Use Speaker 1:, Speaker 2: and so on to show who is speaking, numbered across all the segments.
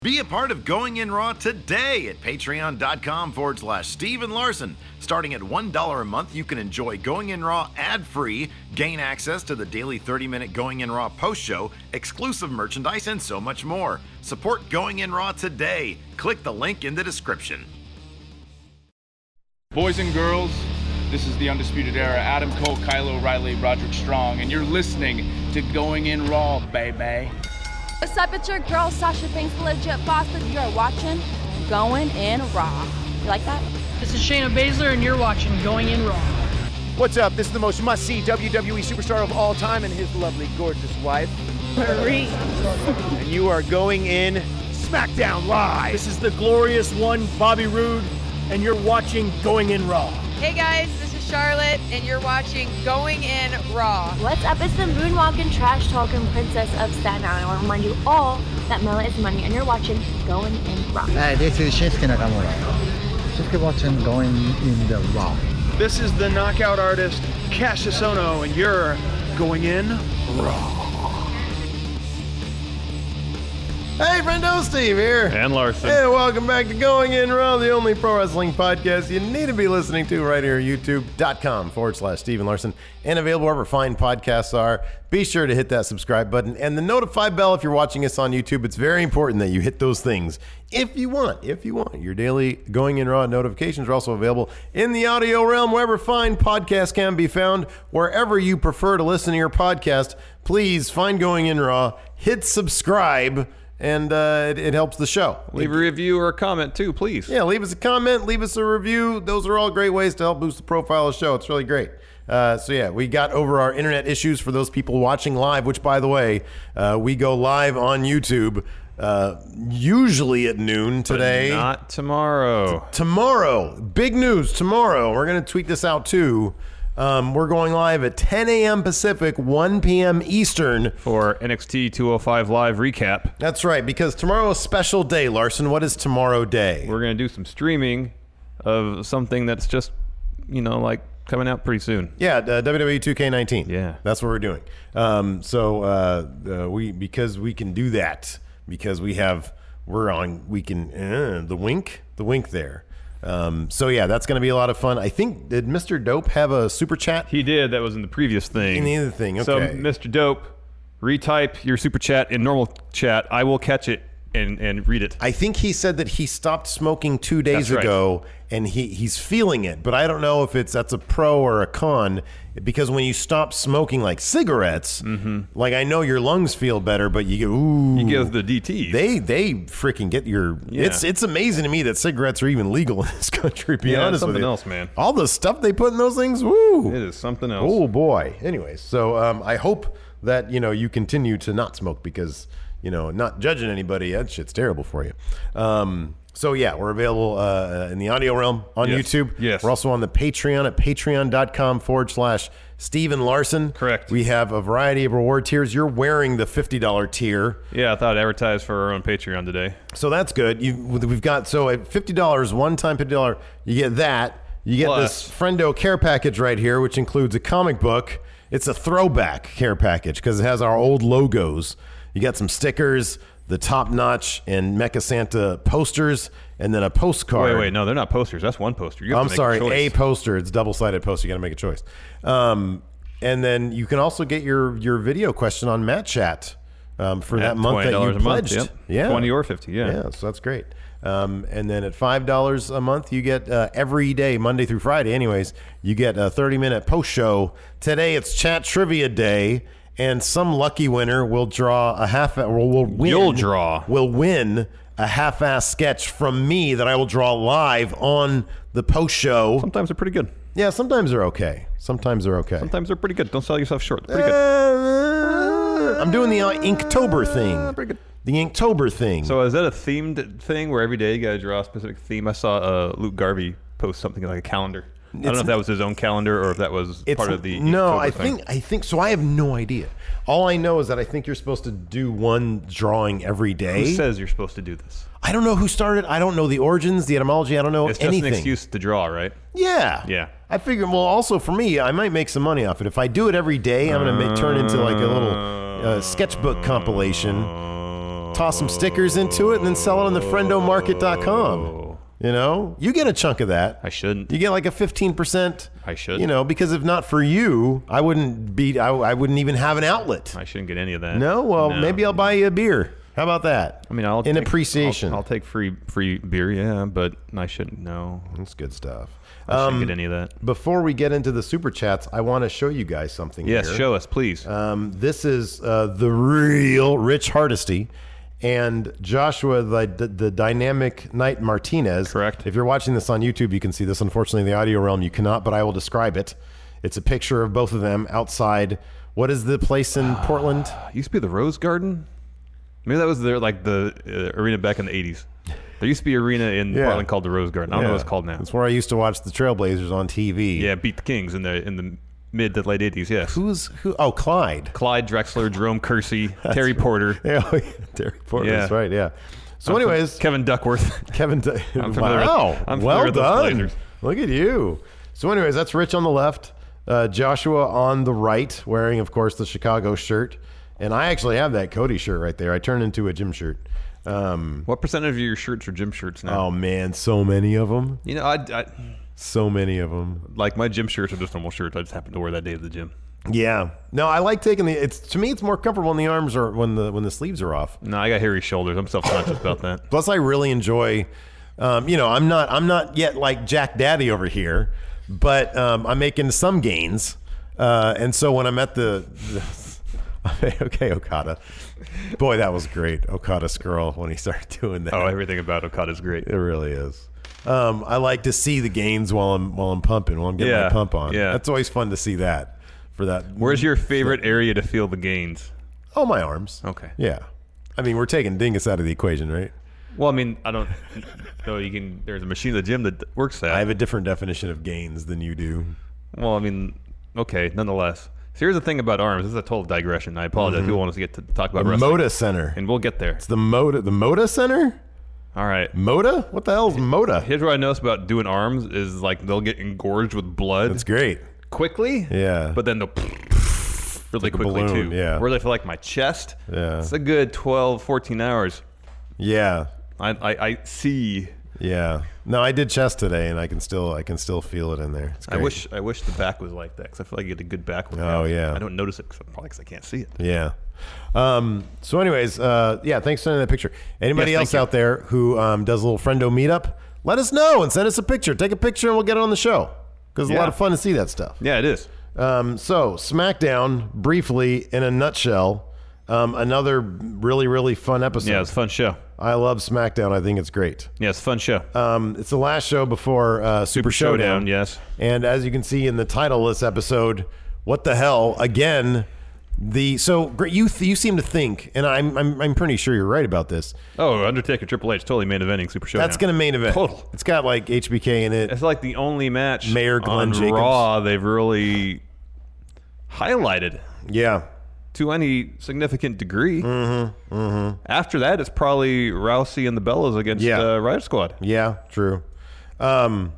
Speaker 1: Be a part of Going In Raw today at patreon.com forward slash Steven Larson. Starting at $1 a month, you can enjoy Going In Raw ad free, gain access to the daily 30 minute Going In Raw post show, exclusive merchandise, and so much more. Support Going In Raw today. Click the link in the description.
Speaker 2: Boys and girls, this is the Undisputed Era. Adam Cole, Kylo Riley, Roderick Strong, and you're listening to Going In Raw, baby.
Speaker 3: What's up? It's your girl Sasha Banks, the legit boss. That you are watching Going in Raw. You like that?
Speaker 4: This is Shayna Baszler, and you're watching Going In Raw.
Speaker 5: What's up? This is the most must see WWE E superstar of all time and his lovely, gorgeous wife, Marie. and you are going in SmackDown Live.
Speaker 6: This is the glorious one, Bobby Roode, and you're watching Going In Raw.
Speaker 7: Hey guys, this is Charlotte, and you're watching Going In Raw.
Speaker 8: What's up? It's the moonwalking, trash talking princess of Staten Island. I want to remind you all that Mela is money, and you're watching Going In Raw.
Speaker 9: Hi, this is Shinsuke Nakamura. Shinsuke watching Going in the Raw.
Speaker 10: This is the knockout artist Cassius Ono, and you're going in raw.
Speaker 11: Hey, friendo, Steve here.
Speaker 12: And Larson.
Speaker 11: Hey, welcome back to Going In Raw, the only pro wrestling podcast you need to be listening to right here, youtube.com forward slash Steven Larson, and available wherever fine podcasts are. Be sure to hit that subscribe button and the notify bell if you're watching us on YouTube. It's very important that you hit those things if you want. If you want, your daily Going In Raw notifications are also available in the audio realm, wherever fine podcasts can be found, wherever you prefer to listen to your podcast. Please find Going In Raw, hit subscribe and uh, it, it helps the show.
Speaker 12: Leave a review or a comment too, please.
Speaker 11: Yeah, leave us a comment, leave us a review. Those are all great ways to help boost the profile of the show. It's really great. Uh, so yeah, we got over our internet issues for those people watching live. Which, by the way, uh, we go live on YouTube uh, usually at noon today.
Speaker 12: But not tomorrow.
Speaker 11: T- tomorrow, big news. Tomorrow, we're gonna tweet this out too. Um, we're going live at 10 a.m. Pacific, 1 p.m. Eastern
Speaker 12: for NXT 205 Live recap.
Speaker 11: That's right, because tomorrow's special day, Larson. What is tomorrow day?
Speaker 12: We're gonna do some streaming of something that's just, you know, like coming out pretty soon.
Speaker 11: Yeah, uh, WWE 2K19.
Speaker 12: Yeah,
Speaker 11: that's what we're doing. Um, so uh, uh, we because we can do that because we have we're on we can uh, the wink the wink there. Um, so yeah, that's going to be a lot of fun. I think did Mr. Dope have a super chat?
Speaker 12: He did. That was in the previous thing.
Speaker 11: In the other thing. Okay.
Speaker 12: So Mr. Dope, retype your super chat in normal chat. I will catch it and and read it.
Speaker 11: I think he said that he stopped smoking two days
Speaker 12: That's right.
Speaker 11: ago, and he he's feeling it. But I don't know if it's that's a pro or a con, because when you stop smoking like cigarettes, like I know your lungs feel better, but you get ooh,
Speaker 12: Mm-hmm. You give the DT.
Speaker 11: they they freaking get your.
Speaker 12: Yeah.
Speaker 11: It's it's amazing to me that cigarettes are even legal in this country. Be
Speaker 12: Yeah, it's
Speaker 11: honest with
Speaker 12: something
Speaker 11: you.
Speaker 12: else, man.
Speaker 11: All the stuff they put in those things, woo.
Speaker 12: it is something else.
Speaker 11: Oh boy. Anyways, so um, I hope that you know you continue to not smoke because you know not judging anybody that shit's terrible for you. Um, so yeah, we're available uh, in the audio realm on
Speaker 12: Yes.
Speaker 11: YouTube.
Speaker 12: Yes.
Speaker 11: we're also on the Patreon at patreon.com forward slash Stephen Larson.
Speaker 12: Correct.
Speaker 11: We have a variety of reward tiers. You're wearing the fifty dollar tier.
Speaker 12: Yeah, I thought I'd advertise for our own Patreon today.
Speaker 11: So that's good. You, we've got so at fifty dollars one time fifty dollar, you get that. You get
Speaker 12: Plus.
Speaker 11: this friendo care package right here, which includes a comic book. It's a throwback care package because it has our old logos. You got some stickers, the top notch and Mecha Santa posters, and then a postcard.
Speaker 12: Wait, wait, no, they're not posters. That's one poster. You have
Speaker 11: I'm
Speaker 12: to make
Speaker 11: sorry,
Speaker 12: a, choice.
Speaker 11: a poster. It's double sided poster. You got to make a choice. Um, and then you can also get your your video question on Matt Chat um, for
Speaker 12: At
Speaker 11: that month that you
Speaker 12: $20 a month,
Speaker 11: pledged.
Speaker 12: yep.
Speaker 11: Yeah,
Speaker 12: 20 or 50, yeah.
Speaker 11: yeah. So that's great. Um, and then at five dollars a month, you get uh, every day, Monday through Friday. Anyways, you get a 30 minute post show. Today it's chat trivia day. And some lucky winner will draw a half. Will, will win.
Speaker 12: You'll draw.
Speaker 11: Will win a half-ass sketch from me that I will draw live on the post show.
Speaker 12: Sometimes they're pretty good.
Speaker 11: Yeah, sometimes they're okay. Sometimes they're okay.
Speaker 12: Sometimes they're pretty good. Don't sell yourself short. They're pretty good.
Speaker 11: Uh, I'm doing the uh, Inktober thing.
Speaker 12: Ah, Pretty good.
Speaker 11: the Inktober thing.
Speaker 12: So is that a themed thing where every day you gotta draw a specific theme? I saw uh, Luke Garvey post something like a calendar. I don't
Speaker 11: It's-
Speaker 12: know if that was his own calendar or if that was
Speaker 11: It's-
Speaker 12: part of the
Speaker 11: no
Speaker 12: Inktober
Speaker 11: i
Speaker 12: thing.
Speaker 11: think i think so i have no idea all i know is that i think you're supposed to do one drawing every day
Speaker 12: Who says you're supposed to do this?
Speaker 11: i don't know who started i don't know the origins the etymology i don't know
Speaker 12: It's just
Speaker 11: Oh, anything
Speaker 12: an excuse to draw, right?
Speaker 11: yeah
Speaker 12: Yeah.
Speaker 11: i figure well also for me i might make some money off it if i do it every day i'm gonna make, turn into like a little uh, sketchbook compilation toss some stickers into it and then sell it on the friendomarket.com you know you get a chunk of that i
Speaker 12: Oh. shouldn't
Speaker 11: you get like a 15%
Speaker 12: I should.
Speaker 11: you know, because if not for you, I wouldn't be. I, I wouldn't even have an outlet.
Speaker 12: I shouldn't get any of that.
Speaker 11: No, well,
Speaker 12: No.
Speaker 11: maybe I'll buy you a beer. How about that?
Speaker 12: I mean, I'll
Speaker 11: in
Speaker 12: take-
Speaker 11: appreciation.
Speaker 12: I'll, I'll take free free beer, yeah, but I shouldn't. No,
Speaker 11: that's good stuff.
Speaker 12: I shouldn't
Speaker 11: Um,
Speaker 12: get any of that.
Speaker 11: Before we get into the super chats, I want to show you guys something.
Speaker 12: Yes,
Speaker 11: here.
Speaker 12: show us, please.
Speaker 11: Um, this is uh, the real Rich Hardesty and Joshua, the, the the dynamic Knight Martinez. Correct. If you're watching this on YouTube, you can see this. Unfortunately, in the audio realm, you cannot, but I will describe it. It's a picture of both of them outside. What is the place in Portland?
Speaker 12: used to be the Rose Garden. Maybe that was their like the uh, arena back in the '80s. There used to be an arena in
Speaker 11: Yeah.
Speaker 12: Portland called the Rose Garden. I don't know what
Speaker 11: Yeah.
Speaker 12: it's called now.
Speaker 11: It's where I used to watch the Trailblazers on TV.
Speaker 12: Yeah, beat the Kings in the in the mid to late '80s. Yes.
Speaker 11: Who's who? Oh, Clyde.
Speaker 12: Clyde Drexler, Jerome Kersey, Terry Porter.
Speaker 11: Yeah, Terry Porter. That's right. Yeah. So,
Speaker 12: I'm fam-
Speaker 11: anyways,
Speaker 12: Kevin Duckworth.
Speaker 11: Kevin. Du-
Speaker 12: I'm familiar with-
Speaker 11: wow.
Speaker 12: I'm familiar
Speaker 11: well
Speaker 12: with those
Speaker 11: done.
Speaker 12: Blazers.
Speaker 11: Look at you. So, anyways, that's Rich on the left, uh, Joshua on the right, wearing, of course, the Chicago shirt. And I actually have that Cody shirt right there. I turned into a gym shirt. Um,
Speaker 12: what percentage of your shirts are gym shirts now?
Speaker 11: Oh, man. So many of them.
Speaker 12: You know, I, I
Speaker 11: So many of them.
Speaker 12: like my gym shirts are just normal shirts. I just happen to wear that day at the gym.
Speaker 11: Yeah. No, I like taking the. It's to me, it's more comfortable when the arms are when the when the sleeves are off.
Speaker 12: No, I got hairy shoulders. I'm self conscious about that.
Speaker 11: Plus, I really enjoy. Um, you know, I'm not I'm not yet like Jack Daddy over here, but um, I'm making some gains. Uh, and so when I'm at the, the okay Okada, boy, that was great. Okada Skrull when he started doing that. Oh,
Speaker 12: everything about Okada's great.
Speaker 11: It really is. Um, I like to see the gains while I'm while I'm pumping while I'm getting
Speaker 12: Yeah,
Speaker 11: my pump on.
Speaker 12: yeah.
Speaker 11: that's always fun to see that. For that,
Speaker 12: Where's your favorite area to feel the gains?
Speaker 11: Oh, my arms.
Speaker 12: Okay.
Speaker 11: Yeah, I mean we're taking Dingus out of the equation, right?
Speaker 12: Well, I mean, I don't know. You can. There's a machine at the gym that works that. I have
Speaker 11: a different definition of gains than you do.
Speaker 12: Well, I mean, okay. Nonetheless, so here's the thing about arms. This is a total digression. I apologize.
Speaker 11: Mhm.
Speaker 12: People want us to get to talk about
Speaker 11: The
Speaker 12: wrestling.
Speaker 11: Moda Center.
Speaker 12: and we'll get there.
Speaker 11: It's the Moda the Moda Center?
Speaker 12: All right.
Speaker 11: Moda? What the hell's Moda?
Speaker 12: Here's what I notice about doing arms is like they'll get engorged with blood. That's
Speaker 11: great.
Speaker 12: Quickly.
Speaker 11: Yeah.
Speaker 12: But then they'll really
Speaker 11: Like a
Speaker 12: quickly
Speaker 11: balloon,
Speaker 12: too.
Speaker 11: yeah.
Speaker 12: Where they feel like my chest.
Speaker 11: Yeah.
Speaker 12: It's a good 12, 14 hours.
Speaker 11: Yeah.
Speaker 12: I I, I see.
Speaker 11: Yeah. No, I did chest today and I can still I can still feel it in there. It's
Speaker 12: I
Speaker 11: great.
Speaker 12: wish I wish the back was like that because I feel like I get a good back workout.
Speaker 11: Oh, yeah.
Speaker 12: I don't notice it 'cause- probably because I can't see it.
Speaker 11: Yeah. Um, so, anyways, uh, yeah, thanks for sending that picture. Anybody
Speaker 12: Yes,
Speaker 11: else
Speaker 12: thank you.
Speaker 11: out there who um, does a little friendo meetup, let us know and send us a picture. Take a picture and we'll get it on the show because it's a
Speaker 12: Yeah.
Speaker 11: lot of fun to see that stuff.
Speaker 12: Yeah, it is.
Speaker 11: Um, so, SmackDown, briefly, in a nutshell, um, another really, really fun episode.
Speaker 12: Yeah, it's a fun show.
Speaker 11: I love SmackDown. I think it's great.
Speaker 12: Yeah, it's a fun show.
Speaker 11: Um, it's the last show before uh, Super, Showdown.
Speaker 12: Showdown, yes.
Speaker 11: And as you can see in the title of this episode, what the hell? Again, the so Gr- you th- you seem to think, and I'm I'm, I'm pretty sure you're right about this.
Speaker 12: Oh, Undertaker Triple H totally main eventing Super Showdown.
Speaker 11: That's going to main event.
Speaker 12: Total.
Speaker 11: It's got like HBK in it.
Speaker 12: It's like the only match
Speaker 11: Mayor Glenn
Speaker 12: on
Speaker 11: Jacobs.
Speaker 12: Raw they've really highlighted.
Speaker 11: Yeah.
Speaker 12: To any significant degree. Mm-hmm.
Speaker 11: Mhm.
Speaker 12: After that, it's probably Rousey and the Bellas against uh, Riot Squad.
Speaker 11: Yeah, true. Um,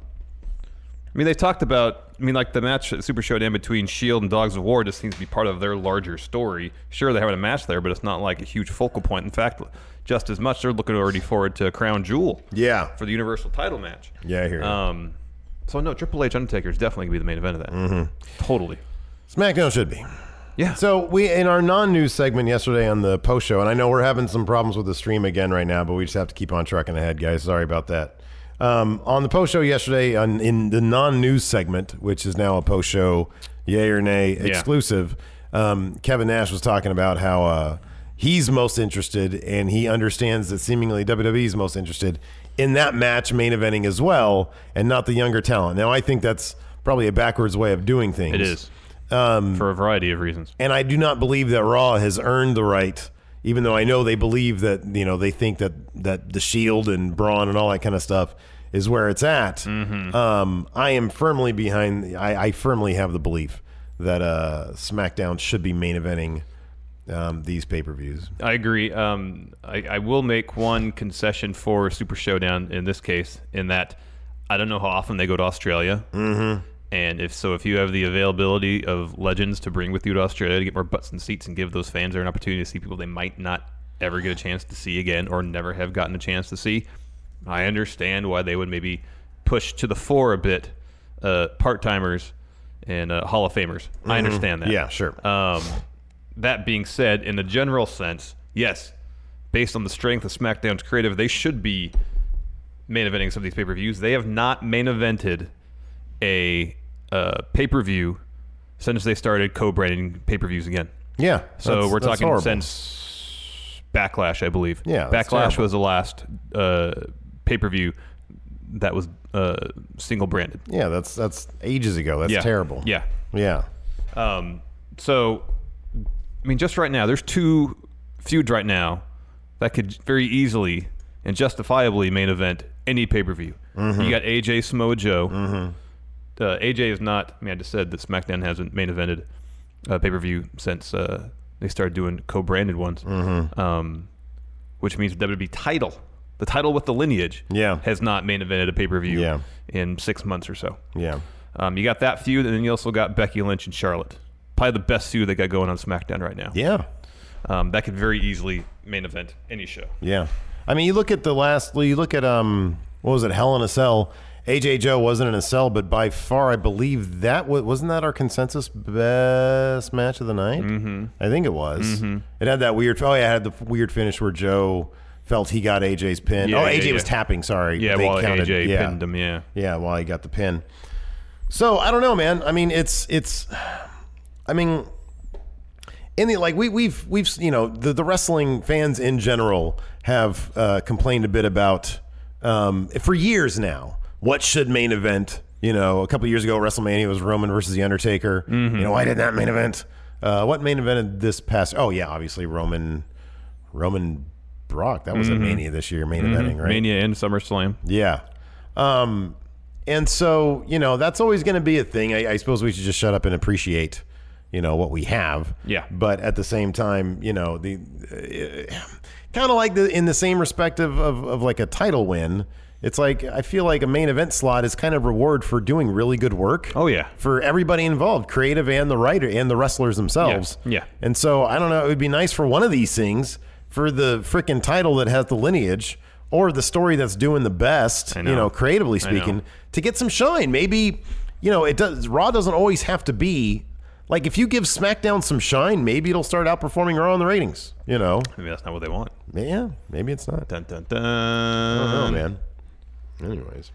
Speaker 12: I mean, they talked about. I mean, like the match at Super Showdown between Shield E and Dogs of War just seems to be part of their larger story. Sure, they're having a match there, but it's not like a huge focal point. In fact, just as much, they're looking already forward to Crown Jewel.
Speaker 11: Yeah.
Speaker 12: For the Universal Title match.
Speaker 11: Yeah, I hear you.
Speaker 12: Um, so no, Triple H Undertaker is definitely gonna be the main event of that. Mm-hmm. Totally.
Speaker 11: SmackDown should be.
Speaker 12: Yeah.
Speaker 11: So we in our non-news segment yesterday on the post show, and I know we're having some problems with the stream again right now, but we just have to keep on trucking ahead, guys. Sorry about that. Um, on the post show yesterday, on, in the non-news segment, which is now a post show, yay or nay exclusive, um, Kevin Nash was talking about how uh, he's most interested, and he understands that seemingly WWE is most interested in that match main eventing as well, and not the younger talent. Now, I think that's probably a backwards way of doing things.
Speaker 12: It is.
Speaker 11: Um,
Speaker 12: For a variety of reasons.
Speaker 11: and I do not believe that Raw has earned the right even though I know they believe that you know they think that that the Shield and Braun and all that kind of stuff is where it's at.
Speaker 12: Mm-hmm.
Speaker 11: Um, I am firmly behind. I, I firmly have the belief that uh, SmackDown should be main eventing um, these pay per views.
Speaker 12: I agree. Um, I, I will make one concession for Super Showdown in this case, in that I don't know how often they go to Australia.
Speaker 11: Mhm.
Speaker 12: And if so, if you have the availability of legends to bring with you to Australia to get more butts and seats and give those fans there an opportunity to see people they might not ever get a chance to see again or never have gotten a chance to see, I understand why they would maybe push to the fore a bit uh, part timers and uh, Hall of Famers. I
Speaker 11: Mhm.
Speaker 12: understand that.
Speaker 11: Yeah, sure.
Speaker 12: Um, that being said, in the general sense, yes, based on the strength of SmackDown's creative, they should be main eventing some of these pay per views. They have not main evented a uh, pay per view since they started co branding pay per views again.
Speaker 11: Yeah,
Speaker 12: So
Speaker 11: that's-
Speaker 12: we're
Speaker 11: that's
Speaker 12: talking
Speaker 11: horrible.
Speaker 12: since Backlash, I believe.
Speaker 11: Yeah, that's
Speaker 12: Backlash
Speaker 11: terrible.
Speaker 12: was the last uh, pay per view that was uh, single branded.
Speaker 11: Yeah, that's that's ages ago. That's
Speaker 12: Yeah.
Speaker 11: terrible.
Speaker 12: Yeah.
Speaker 11: Yeah.
Speaker 12: Um, so, I mean, just right now, there's two feuds right now that could very easily and justifiably main event any pay per view.
Speaker 11: Mhm.
Speaker 12: You got AJ Samoa Joe.
Speaker 11: Mm-hmm.
Speaker 12: Uh, AJ is not. I mean, I just said that SmackDown hasn't main evented uh, pay per view since uh, they started doing co-branded ones,
Speaker 11: Mm-hmm.
Speaker 12: um, which means the WWE title, the title with the lineage,
Speaker 11: Yeah.
Speaker 12: has not main evented a pay per view
Speaker 11: Yeah.
Speaker 12: in six months or so.
Speaker 11: Yeah.
Speaker 12: Um, you got that feud, and then you also got Becky Lynch and Charlotte. Probably the best feud they got going on SmackDown right now.
Speaker 11: Yeah.
Speaker 12: Um, that could very easily main event any show.
Speaker 11: Yeah. I mean, you look at the last, you look at, um, what was it, Hell in a Cell. AJ Joe wasn't in a cell, but by far, I believe that was, wasn't that our consensus best match of the night? Mm-hmm. I think it was.
Speaker 12: Mhm.
Speaker 11: It had that weird, oh, yeah, it had the weird finish where Joe felt he got AJ's pin.
Speaker 12: Yeah,
Speaker 11: oh,
Speaker 12: yeah,
Speaker 11: AJ was
Speaker 12: yeah.
Speaker 11: tapping, sorry.
Speaker 12: Yeah,
Speaker 11: They
Speaker 12: while
Speaker 11: counted.
Speaker 12: AJ
Speaker 11: Yeah.
Speaker 12: pinned him, yeah.
Speaker 11: Yeah, while he got the pin. So I don't know, man. I mean, it's it's. I mean, in the like we we've we've you know the, the wrestling fans in general have uh, complained a bit about um, for years now what should main event you know a couple years ago WrestleMania was Roman versus the Undertaker you know why did that main event uh, what main evented this past oh yeah obviously Roman Roman Brock that was
Speaker 12: Mhm.
Speaker 11: a Mania this year main
Speaker 12: Mhm.
Speaker 11: eventing right
Speaker 12: Mania and SummerSlam.
Speaker 11: yeah. Um, and so, you know, that's always going to be a thing. I, I suppose we should just shut up and appreciate, you know, what we have.
Speaker 12: Yeah.
Speaker 11: But at the same time, you know, the kind of like the in the same respect of, of, of like a title win. It's like I feel like a main event slot is kind of reward for doing really good work.
Speaker 12: Oh yeah,
Speaker 11: for everybody involved, creative and the writer and the wrestlers themselves.
Speaker 12: Yeah.
Speaker 11: And so I don't know. It would be nice for one of these things, for the freaking title that has the lineage or the story that's doing the best,
Speaker 12: know.
Speaker 11: you know, creatively
Speaker 12: I know.
Speaker 11: speaking, to get some shine. Maybe, you know, it does. Raw doesn't always have to be like if you give SmackDown some shine, maybe it'll start outperforming Raw in the ratings. You know,
Speaker 12: Maybe that's not what they want.
Speaker 11: yeah, maybe it's not.
Speaker 12: Dun dun dun. I
Speaker 11: don't know, man. Anyways,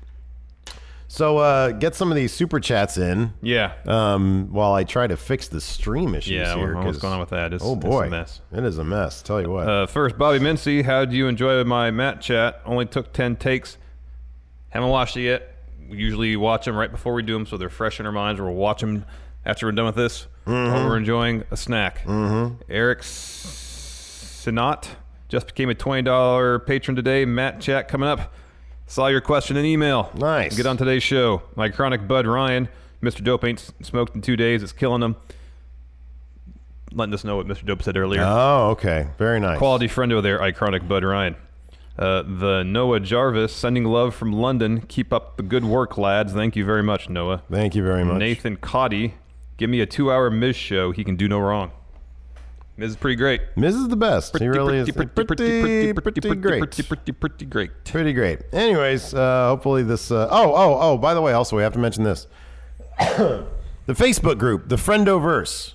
Speaker 11: so uh, get some of these super chats in.
Speaker 12: Yeah.
Speaker 11: Um, while I try to fix the stream issues
Speaker 12: Yeah,
Speaker 11: here.
Speaker 12: what's
Speaker 11: 'cause-
Speaker 12: going on with that? It's-
Speaker 11: oh
Speaker 12: it's a
Speaker 11: boy,
Speaker 12: mess.
Speaker 11: It is a mess. Tell you what.
Speaker 12: Uh, first, Bobby Mincy, how'd you enjoy my Matt chat? Only took 10 takes. Haven't watched it yet. We usually watch them right before we do them so they're fresh in our minds. We'll watch them after we're done with this. While
Speaker 11: Mhm.
Speaker 12: we're enjoying a snack.
Speaker 11: Mhm.
Speaker 12: Eric Sinat just became a $20 patron today. Matt chat coming up. Saw your question in email.
Speaker 11: Nice.
Speaker 12: Get on today's show. My chronic bud Ryan, Mr. Dope ain't s- smoked in two days. It's killing him. Letting us know what Mr. Dope said earlier.
Speaker 11: oh, okay. Very nice.
Speaker 12: Quality friend over there, iconic Bud Ryan. Uh, the Noah Jarvis sending love from London. Keep up the good work, lads. Thank you very much, Noah.
Speaker 11: Thank you very much.
Speaker 12: Nathan Cotty, give me a two-hour Miz show. He can do no wrong. Miz is pretty great.
Speaker 11: Miz is the best. he really is pretty, pretty, pretty, great.
Speaker 12: pretty, pretty, pretty great.
Speaker 11: Pretty great. Anyways, uh, hopefully this. Uh, oh, oh, oh. By the way, also we have to mention this: the Facebook group, the Friendoverse,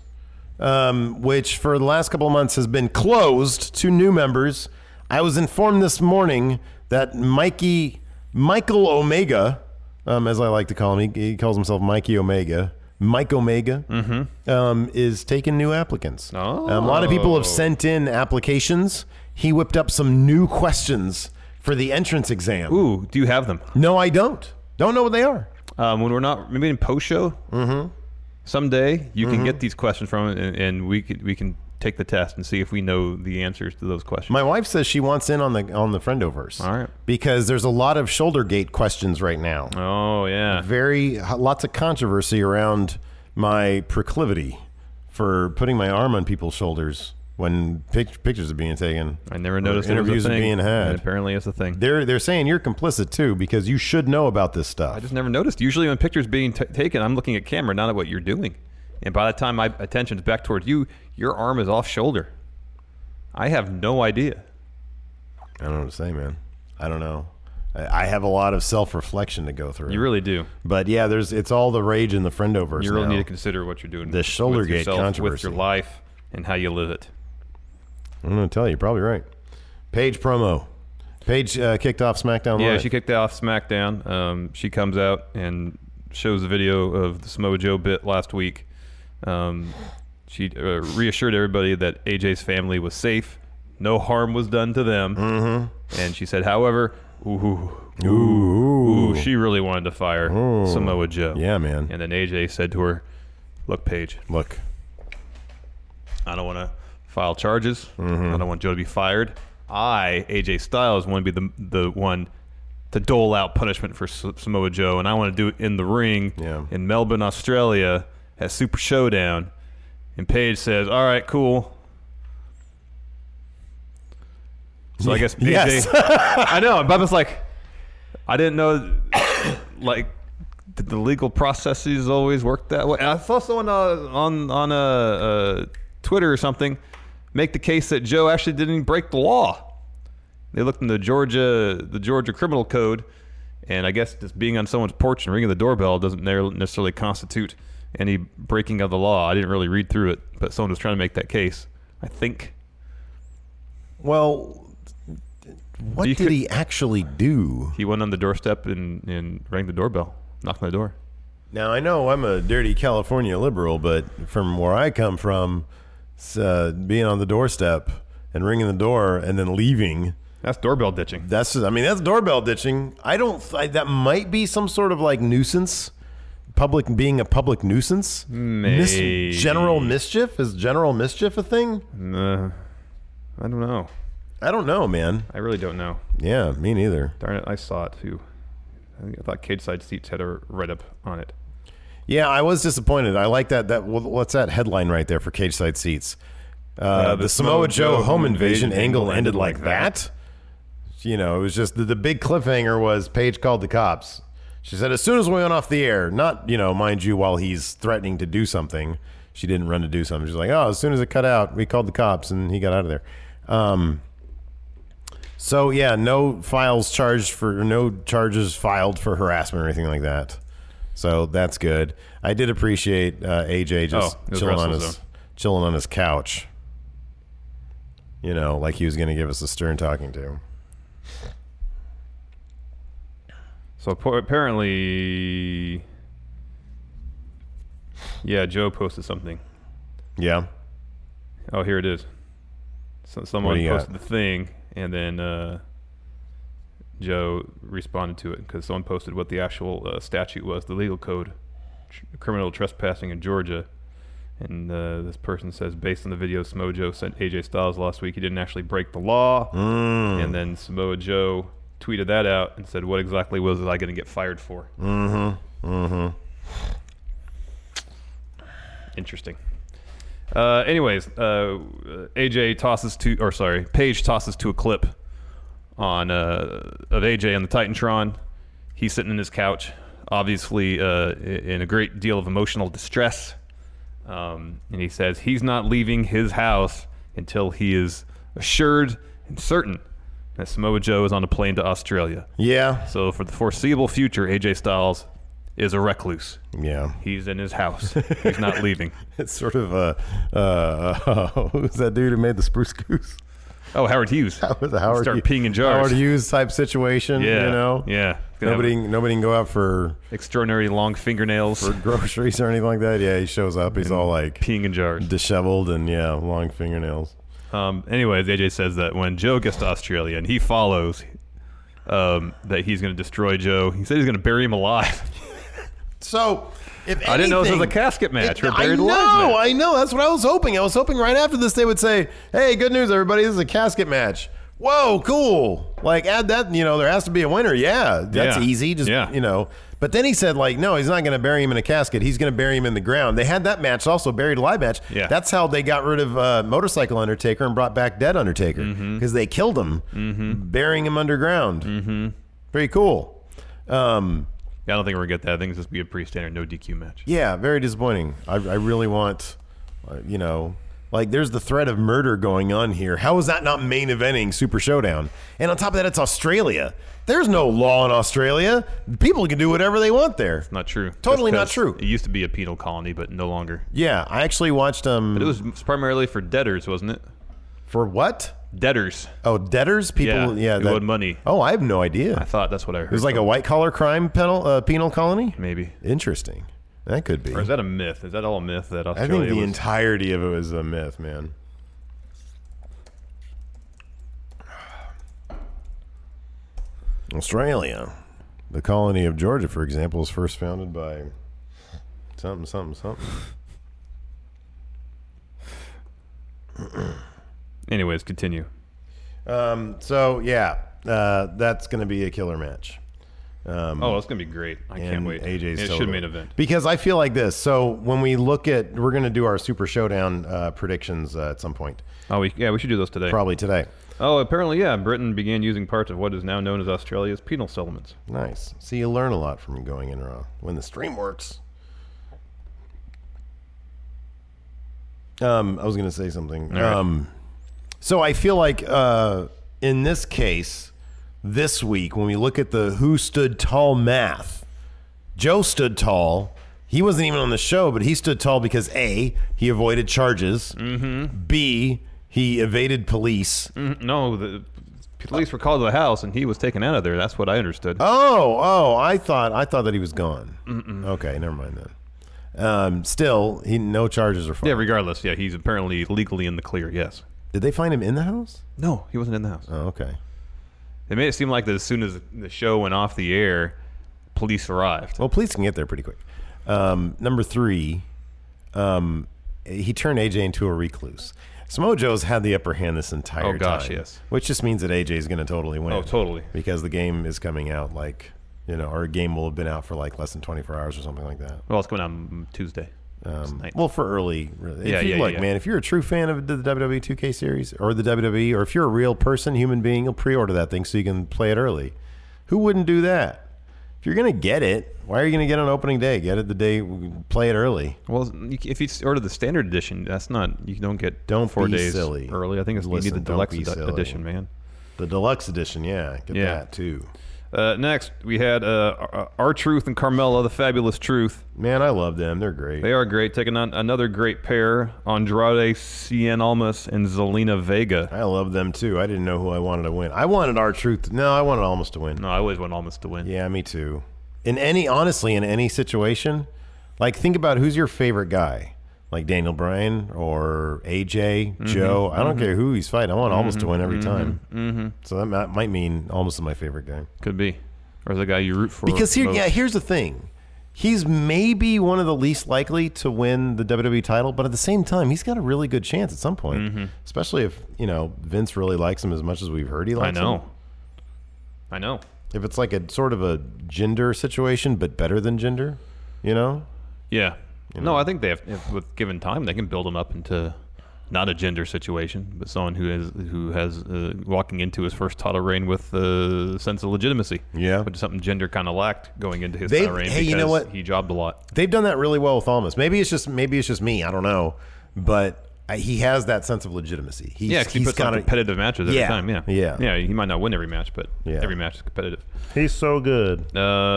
Speaker 11: um, which for the last couple of months has been closed to new members. I was informed this morning that Mikey Michael Omega, um, as I like to call him, he, he calls himself Mikey Omega. Mike Omega um, is taking new applicants. Um, a lot of people have
Speaker 12: Oh.
Speaker 11: sent in applications. He whipped up some new questions for the entrance exam.
Speaker 12: Ooh, do you have them?
Speaker 11: No, I don't. Don't know what they are.
Speaker 12: Um, when we're not, maybe in post show.
Speaker 11: Mm-hmm.
Speaker 12: Someday you
Speaker 11: Mhm.
Speaker 12: can get these questions from him, and, and we could we can take the test and see if we know the answers to those questions.
Speaker 11: My wife says she wants in on the on the friendoverse. All right. Because there's a lot of shoulder gate questions right now.
Speaker 12: Oh yeah.
Speaker 11: Very lots of controversy around my proclivity for putting my arm on people's shoulders when pic- pictures are being taken.
Speaker 12: I never
Speaker 11: or
Speaker 12: noticed it was a
Speaker 11: interviews are
Speaker 12: thing,
Speaker 11: being had.
Speaker 12: and apparently, it's a thing.
Speaker 11: They're they're saying you're complicit too because you should know about this stuff.
Speaker 12: I just never noticed. Usually, when pictures being t- taken, I'm looking at camera, not at what you're doing. And by the time my attention's back towards you, your arm is off shoulder. I have no idea.
Speaker 11: I don't know what to say, man. I don't know. I I have a lot of self-reflection to go through.
Speaker 12: You really do.
Speaker 11: But yeah, there's it's all the rage in the friendoverse.
Speaker 12: you really
Speaker 11: now.
Speaker 12: need to consider what you're doing.
Speaker 11: The shoulder
Speaker 12: with
Speaker 11: gate
Speaker 12: yourself, with
Speaker 11: controversy.
Speaker 12: your life, and how you live it.
Speaker 11: I'm going to tell you, you're probably right. Paige promo. Paige uh, kicked off SmackDown
Speaker 12: yeah,
Speaker 11: Live.
Speaker 12: she kicked off SmackDown. Um, she comes out and shows a video of the Smojo bit last week. Um, she uh, reassured everybody that AJ's family was safe, no harm was done to them, mm-hmm. and she said, however, ooh, ooh, ooh, she really wanted to fire Samoa Joe.
Speaker 11: Yeah, man.
Speaker 12: And then AJ said to her, "Look, Paige,
Speaker 11: look,
Speaker 12: I don't want to file charges. I don't want Joe to be fired. I, AJ Styles, want to be the the one to dole out punishment for S- Samoa Joe, and I want to do it in the ring in Melbourne, Australia, at Super Showdown." And Paige says, "All right, cool." So I guess AJ.
Speaker 11: Yes.
Speaker 12: I know. And Bubba's like, I didn't know. Like, did the legal processes always work that way? And I saw someone uh, on on uh, uh, Twitter or something make the case that Joe actually didn't even break the law. They looked in the Georgia the Georgia criminal code, and I guess just being on someone's porch and ringing the doorbell doesn't ne- necessarily constitute any breaking of the law. I didn't really read through it, but someone was trying to make that case. I think.
Speaker 11: Well, what did he actually do?
Speaker 12: He went on the doorstep and, and rang the doorbell, knocked on the door.
Speaker 11: Now I know I'm a dirty California liberal, but from where I come from, s- uh, being on the doorstep and ringing the door and then leaving—that's
Speaker 12: doorbell ditching.
Speaker 11: That's I mean that's doorbell ditching. I don't. I, that might be some sort of like nuisance, public being a public nuisance. Mis-
Speaker 12: Maybe.
Speaker 11: general mischief is general mischief a thing?
Speaker 12: Uh, I don't know.
Speaker 11: I don't know, man.
Speaker 12: I really don't know.
Speaker 11: Yeah, me neither.
Speaker 12: Darn it, I saw it too. I think- I thought Cage Side Seats had a write up on it.
Speaker 11: Yeah, I was disappointed. I like that. That wh- what's that headline right there for cage side seats? Uh,
Speaker 12: Uh,
Speaker 11: the, Samoa Joe home invasion angle ended like that.
Speaker 12: that?
Speaker 11: You know, it was just the, the big cliffhanger was Paige called the cops. She said as soon as we went off the air, not you know, mind you, while he's threatening to do something, she didn't run to do something. She's like, oh, as soon as it cut out, we called the cops and he got out of there. Um, so yeah, no files charged for no charges filed for harassment or anything like that. So that's good. I did appreciate uh, AJ just
Speaker 12: Oh, it was
Speaker 11: chilling on his
Speaker 12: WrestleZone.
Speaker 11: chilling on his couch. You know, like he was going to give us a stern talking to.
Speaker 12: So appa- apparently, yeah, Joe posted something.
Speaker 11: Yeah.
Speaker 12: Oh, here it is. So someone
Speaker 11: do you
Speaker 12: posted the thing, and then uh, Joe responded to it because someone posted what the actual uh, statute was, the legal code, tr- criminal trespassing in Georgia. And uh, this person says, based on the video Samoa Joe sent AJ Styles last week, he didn't actually break the law.
Speaker 11: Mm.
Speaker 12: And then Samoa Joe tweeted that out and said, "What exactly was I going to get fired for?"
Speaker 11: Mm-hmm. Mm-hmm.
Speaker 12: Interesting. Uh, anyways, uh, AJ tosses to, or sorry, Paige tosses to a clip on uh, of AJ on the Titantron. He's sitting in his couch, obviously uh, i- in a great deal of emotional distress, um, and he says he's not leaving his house until he is assured and certain that Samoa Joe is on a plane to Australia.
Speaker 11: Yeah.
Speaker 12: So for the foreseeable future, AJ Styles is a recluse.
Speaker 11: Yeah.
Speaker 12: He's in his house. He's not leaving.
Speaker 11: It's sort of a uh, who's that dude who made the spruce goose?
Speaker 12: Oh, Howard Hughes.
Speaker 11: That was a Howard.
Speaker 12: Start
Speaker 11: Hugh-
Speaker 12: peeing in jars.
Speaker 11: Howard Hughes type situation.
Speaker 12: Yeah,
Speaker 11: You know.
Speaker 12: yeah. It's gonna
Speaker 11: Nobody. Nobody can go out for
Speaker 12: extraordinary long fingernails
Speaker 11: for groceries or anything like that. Yeah, he shows up. He's all like
Speaker 12: peeing in jars,
Speaker 11: disheveled, and yeah, long fingernails.
Speaker 12: Um, anyways, AJ says that when Joe gets to Australia and he follows, um, that he's going to destroy Joe. He said he's going to bury him alive.
Speaker 11: So, if
Speaker 12: I didn't know this was
Speaker 11: anything-
Speaker 12: a casket match or a
Speaker 11: I
Speaker 12: buried alive
Speaker 11: know, I know. That's what I was hoping. I was hoping right after this they would say, "Hey, good news, everybody! This is a casket match. Whoa, cool! Like add that. You know, there has to be a winner. Yeah, that's
Speaker 12: Yeah.
Speaker 11: easy. Just you know." But then he said, like, no, he's not going to bury him in a casket. He's going to bury him in the ground. They had that match also, buried alive match.
Speaker 12: Yeah.
Speaker 11: That's how they got rid of uh, Motorcycle Undertaker and brought back Dead Undertaker because
Speaker 12: Mm-hmm.
Speaker 11: they killed him, burying him underground. Mm-hmm. Pretty cool. Um,
Speaker 12: Yeah, I don't think we're gonna get that. I think it's just be a pretty standard no DQ match.
Speaker 11: yeah, very disappointing. I, I really want, uh, you know, like there's the threat of murder going on here. How is that not main eventing Super Showdown? And on top of that, it's Australia. There's no law in Australia. People can do whatever they want there.
Speaker 12: Not true.
Speaker 11: Totally not
Speaker 12: Just 'cause It used to be a penal colony, but no longer.
Speaker 11: Yeah, I actually watched um.
Speaker 12: But it was primarily for debtors, wasn't it?
Speaker 11: For what?
Speaker 12: Debtors.
Speaker 11: Oh, debtors, people.
Speaker 12: Yeah,
Speaker 11: Yeah,
Speaker 12: who
Speaker 11: that-
Speaker 12: owed money.
Speaker 11: Oh, I have no idea.
Speaker 12: I thought that's what I heard.
Speaker 11: It was like a
Speaker 12: somewhere.
Speaker 11: white collar crime penal uh, penal colony.
Speaker 12: Maybe
Speaker 11: interesting. That could be.
Speaker 12: Or is that a myth? Is that all a myth that
Speaker 11: I
Speaker 12: Australia
Speaker 11: think the
Speaker 12: was-
Speaker 11: entirety of it was a myth, man. Australia, the colony of Georgia, for example, was first founded by something, something, something.
Speaker 12: Anyways, continue.
Speaker 11: Um, so yeah, uh, that's going to be a killer match. Um,
Speaker 12: Oh, it's gonna be great. I can't
Speaker 11: and
Speaker 12: wait.
Speaker 11: AJ's
Speaker 12: It
Speaker 11: still
Speaker 12: should
Speaker 11: the-
Speaker 12: main event.
Speaker 11: because I feel like this. So when we look at, we're going to do our Super Showdown uh, predictions uh, at some point,
Speaker 12: Oh, we, yeah, we should do those today.
Speaker 11: probably today.
Speaker 12: Oh, apparently, yeah. Britain began using parts of what is now known as Australia's penal settlements.
Speaker 11: Nice. See, you learn a lot from going in raw when the stream works. Um, I was going to say something.
Speaker 12: All right.
Speaker 11: Um, so I feel like uh, in this case, this week when we look at the who stood tall math, Joe stood tall. He wasn't even on the show, but he stood tall because a he avoided charges. Mm-hmm. B he evaded police.
Speaker 12: Mm, no, the police were called to the house, and he was taken out of there. That's what I understood.
Speaker 11: Oh, oh, I thought I thought that he was gone. Okay, never mind then. Um, still, he no charges are filed.
Speaker 12: Yeah, regardless, yeah, he's apparently legally in the clear. Yes.
Speaker 11: Did they find him in the house?
Speaker 12: No, he wasn't in the house.
Speaker 11: Oh, okay.
Speaker 12: They made it seem like that as soon as the show went off the air, police arrived.
Speaker 11: Well, police can get there pretty quick. Um, number three, um, he turned AJ into a recluse. Smojo's had the upper hand this entire time.
Speaker 12: Oh, gosh, yes.
Speaker 11: Which just means that AJ is going to totally win.
Speaker 12: Oh, totally.
Speaker 11: Because the game is coming out like, you know, or a game will have been out for like less than 24 hours or something like that.
Speaker 12: Well, it's going on Tuesday.
Speaker 11: Um, well, for early, really.
Speaker 12: Yeah,
Speaker 11: if you,
Speaker 12: yeah,
Speaker 11: look,
Speaker 12: yeah.
Speaker 11: man, if you're a true fan of the WWE 2K series or the WWE, or if you're a real person, human being, you'll pre-order that thing so you can play it early. Who wouldn't do that? If you're gonna get it, why are you gonna get it on opening day? Get it the day, play it early.
Speaker 12: Well, you c- if you s- order the standard edition, that's not you don't get
Speaker 11: Don't
Speaker 12: four
Speaker 11: be
Speaker 12: days
Speaker 11: silly.
Speaker 12: early. I think it's
Speaker 11: Listen,
Speaker 12: you need the
Speaker 11: don't
Speaker 12: deluxe
Speaker 11: be
Speaker 12: edi-
Speaker 11: silly.
Speaker 12: edition, man.
Speaker 11: The deluxe edition, yeah, get that too.
Speaker 12: Uh, next, we had uh, our truth and Carmella, the fabulous truth.
Speaker 11: Man, I love them. They're great.
Speaker 12: They are great. Taking on another great pair, Andrade Cien Almas and Zelina Vega.
Speaker 11: I love them too. I didn't know who I wanted to win. I wanted our truth. No, I wanted almost to win.
Speaker 12: No, I always want Almas to win.
Speaker 11: Yeah, me too. In any honestly, in any situation, like think about who's your favorite guy, like Daniel Bryan or AJ, Joe. I don't care who he's fighting. I want almost to win every time.
Speaker 12: Mm-hmm.
Speaker 11: So that mi- might mean almost is my favorite guy.
Speaker 12: Could be, or the guy you root for.
Speaker 11: Because here,
Speaker 12: most.
Speaker 11: yeah, here's the thing. He's maybe one of the least likely to win the WWE title, but at the same time, he's got a really good chance at some point.
Speaker 12: Mm-hmm.
Speaker 11: Especially if you know Vince really likes him as much as we've heard he
Speaker 12: I
Speaker 11: likes him.
Speaker 12: know. I know.
Speaker 11: If it's like a sort of a gender situation, but better than gender, you know?
Speaker 12: Yeah. No, I think they have, if with given time, they can build them up into not a gender situation, but someone who is who has uh, walking into his first title reign with a sense of legitimacy.
Speaker 11: Yeah.
Speaker 12: which is something gender kind of lacked going into his
Speaker 11: They've-
Speaker 12: title reign.
Speaker 11: hey, you know
Speaker 12: because
Speaker 11: what?
Speaker 12: He jobbed a lot.
Speaker 11: They've done that really well with Almas. Maybe it's just maybe it's just me. I don't know, but I, he has that sense of legitimacy. He's,
Speaker 12: yeah, 'cause he
Speaker 11: he's
Speaker 12: puts on
Speaker 11: gotta-
Speaker 12: competitive matches every
Speaker 11: Yeah,
Speaker 12: time. Yeah,
Speaker 11: yeah.
Speaker 12: yeah. He might not win every match, but
Speaker 11: Yeah.
Speaker 12: every match is competitive.
Speaker 11: He's so good.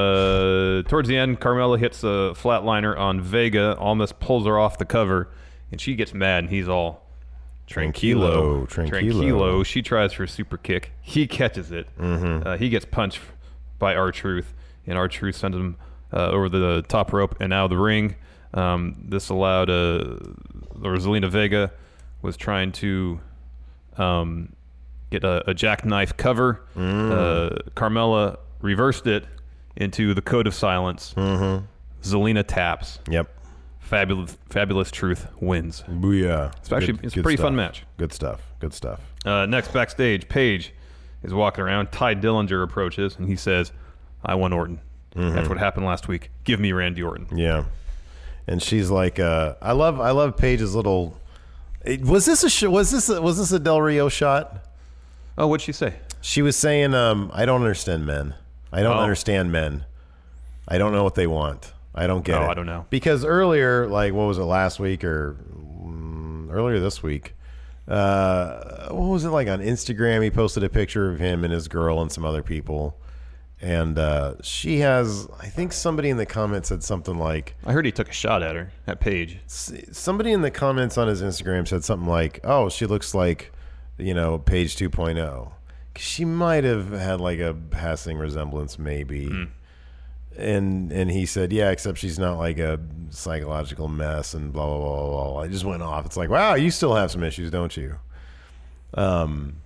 Speaker 12: Uh, towards the end, Carmella hits a flatliner on Vega, almost pulls her off the cover, and she gets mad, and he's all tranquilo,
Speaker 11: Tranquilo, tranquilo."
Speaker 12: She tries for a super kick. He catches it. Uh, he gets punched by R Truth, and R Truth sends him uh, over the top rope and out of the ring. Um, this allowed uh, or Zelina Vega was trying to um, get a, a jackknife cover. Uh, Carmella reversed it into the code of silence. Zelina taps.
Speaker 11: Yep.
Speaker 12: Fabulous, fabulous truth wins.
Speaker 11: Booyah!
Speaker 12: It's actually
Speaker 11: Good-
Speaker 12: it's a
Speaker 11: good
Speaker 12: pretty
Speaker 11: stuff.
Speaker 12: fun match.
Speaker 11: Good stuff. Good stuff.
Speaker 12: Uh, next backstage, Paige is walking around. Ty Dillinger approaches and he says, "I want Orton." That's what happened last week. Give me Randy Orton.
Speaker 11: Yeah. And she's like, uh, I love, I love Paige's little. It, was this a sh- was this a, was this a Del Rio shot?
Speaker 12: Oh, what'd she say?
Speaker 11: She was saying, um, I don't understand men. I don't
Speaker 12: Oh.
Speaker 11: understand men. I don't know what they want. I don't get
Speaker 12: Oh,
Speaker 11: it.
Speaker 12: I don't know.
Speaker 11: Because earlier, like, what was it last week or mm, earlier this week? Uh, what was it like on Instagram? He posted a picture of him and his girl and some other people. And uh, she has, I think somebody in the comments said something like,
Speaker 12: I heard he took a shot at her at Paige.
Speaker 11: somebody in the comments on his Instagram said something like, "Oh, she looks like, you know, Page 2.0." She might have had like a passing resemblance, maybe. And and he said, "Yeah, except she's not like a psychological mess and blah blah blah blah." blah. I just went off. It's like, wow, you still have some issues, don't you? Um,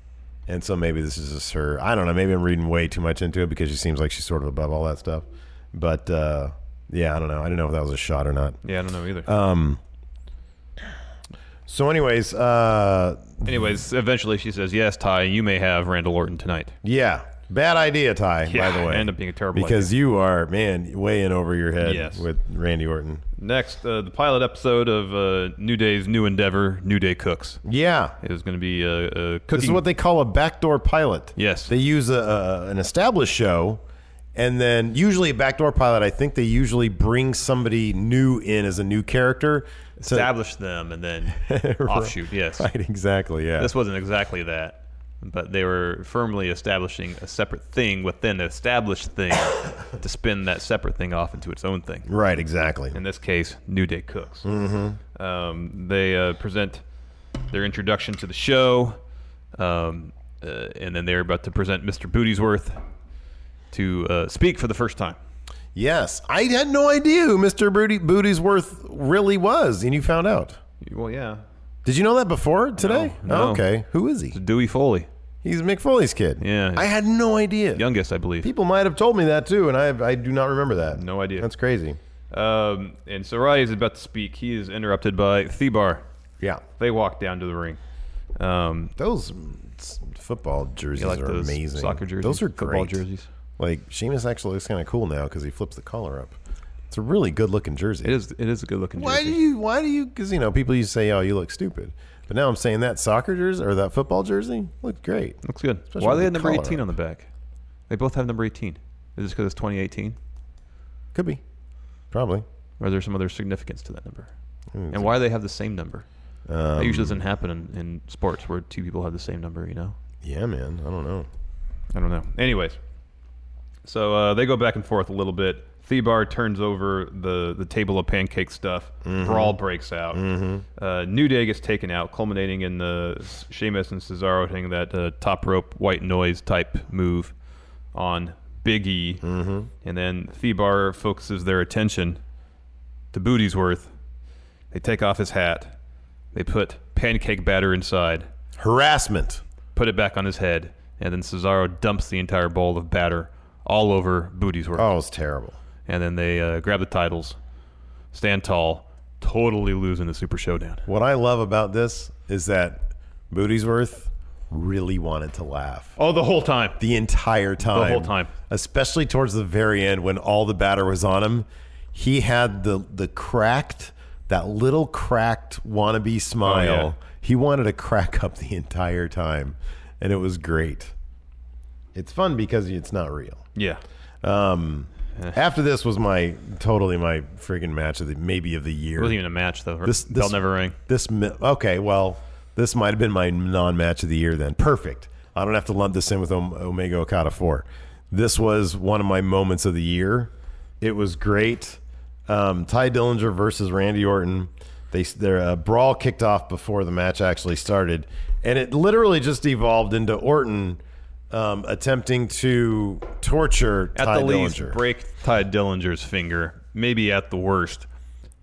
Speaker 11: and so maybe this is just her. I don't know. Maybe I'm reading way too much into it because she seems like she's sort of above all that stuff. But uh, yeah, I don't know. I don't know if that was a shot or not.
Speaker 12: Yeah, I don't know either.
Speaker 11: Um. So, anyways, uh,
Speaker 12: Anyways, eventually she says, "Yes, Ty, you may have Randall Orton tonight."
Speaker 11: yeah, bad idea, Ty.
Speaker 12: Yeah,
Speaker 11: by the way,
Speaker 12: ended up being a terrible
Speaker 11: because you are man way in over your head
Speaker 12: Yes.
Speaker 11: with Randy Orton.
Speaker 12: Next, uh, the pilot episode of uh, New Day's new endeavor, New Day Cooks.
Speaker 11: Yeah,
Speaker 12: it was going to be a, a cooking.
Speaker 11: This is what they call a backdoor pilot.
Speaker 12: Yes.
Speaker 11: They use a, a, an established show, and then usually a backdoor pilot, I think they usually bring somebody new in as a new character. to-
Speaker 12: establish them and then offshoot. Yes,
Speaker 11: Right, exactly. Yeah.
Speaker 12: this wasn't exactly that, but they were firmly establishing a separate thing within an established thing to spin that separate thing off into its own thing.
Speaker 11: Right, exactly.
Speaker 12: In this case, New Day Cooks.
Speaker 11: Mhm.
Speaker 12: Um, they uh, present their introduction to the show, um, uh, and then they're about to present Mr. Bootiesworth to uh, speak for the first time.
Speaker 11: Yes, I had no idea who Mr. Booty Bootiesworth really was, and you found out.
Speaker 12: Well, yeah.
Speaker 11: Did you know that before today?
Speaker 12: no.
Speaker 11: Oh, okay. Who is he? It's
Speaker 12: Dewey Foley.
Speaker 11: He's Mick Foley's kid.
Speaker 12: Yeah.
Speaker 11: I had no idea.
Speaker 12: Youngest, I believe.
Speaker 11: People might have told me that too, and I I do not remember that.
Speaker 12: No idea.
Speaker 11: That's crazy.
Speaker 12: Um, and Sarai is about to speak. He is interrupted by Thebar.
Speaker 11: Yeah.
Speaker 12: They walk down to the ring. Um,
Speaker 11: Those football jerseys
Speaker 12: like
Speaker 11: are
Speaker 12: those
Speaker 11: amazing.
Speaker 12: soccer jerseys,
Speaker 11: Those are
Speaker 12: football
Speaker 11: great.
Speaker 12: jerseys.
Speaker 11: Like Sheamus actually looks kind of cool now because he flips the collar up. It's a really good looking jersey. It
Speaker 12: is. It is a good looking.
Speaker 11: Why do you? Why do you? Because you know people used to say, "Oh, you look stupid," but now I'm saying that soccer jersey or that football jersey looked great.
Speaker 12: Looks good.
Speaker 11: Especially
Speaker 12: Why
Speaker 11: with
Speaker 12: do they
Speaker 11: the
Speaker 12: have number
Speaker 11: collar
Speaker 12: 18 on the back? They both have number 18. Is this because it's 2018?
Speaker 11: Could be. Probably.
Speaker 12: Or is there some other significance to that number? And why do they have the same number? that usually doesn't happen in, in sports where two people have the same number, you know?
Speaker 11: Yeah, man. I don't know.
Speaker 12: I don't know. Anyways, so uh, they go back and forth a little bit. Thebar turns over the, the table of pancake stuff.
Speaker 11: Mhm.
Speaker 12: Brawl breaks out. Uh, New Day gets taken out, culminating in the Sheamus and Cesaro hitting that uh, top rope white noise type move on Big E. Mm-hmm. And then Thebar focuses their attention to Bootiesworth. They take off his hat. They put pancake batter inside.
Speaker 11: Harassment.
Speaker 12: Put it back on his head. And then Cesaro dumps the entire bowl of batter all over Bootiesworth.
Speaker 11: Oh, it's terrible.
Speaker 12: And then they uh, grab the titles, stand tall, totally losing the Super Showdown.
Speaker 11: What I love about this is that Bootiesworth really wanted to laugh.
Speaker 12: Oh, the whole time.
Speaker 11: The entire time.
Speaker 12: The whole time.
Speaker 11: Especially towards the very end when all the batter was on him. He had the the cracked, that little cracked wannabe smile.
Speaker 12: Oh, yeah.
Speaker 11: He wanted to crack up the entire time. And it was great. It's fun because it's not real.
Speaker 12: Yeah.
Speaker 11: Um
Speaker 12: Eh.
Speaker 11: after this was my totally my friggin' match of the maybe of the year.
Speaker 12: It wasn't even a match, though. Bell never rang.
Speaker 11: This mi- okay, well, this might have been my non-match of the year then. Perfect. I don't have to lump this in with Om- Omega Okada four. This was one of my moments of the year. It was great. Um, Ty Dillinger versus Randy Orton. They their uh, brawl kicked off before the match actually started, and it literally just evolved into Orton um, attempting to torture
Speaker 12: At
Speaker 11: Ty
Speaker 12: the least,
Speaker 11: Dillinger.
Speaker 12: break Ty Dillinger's finger. Maybe at the worst,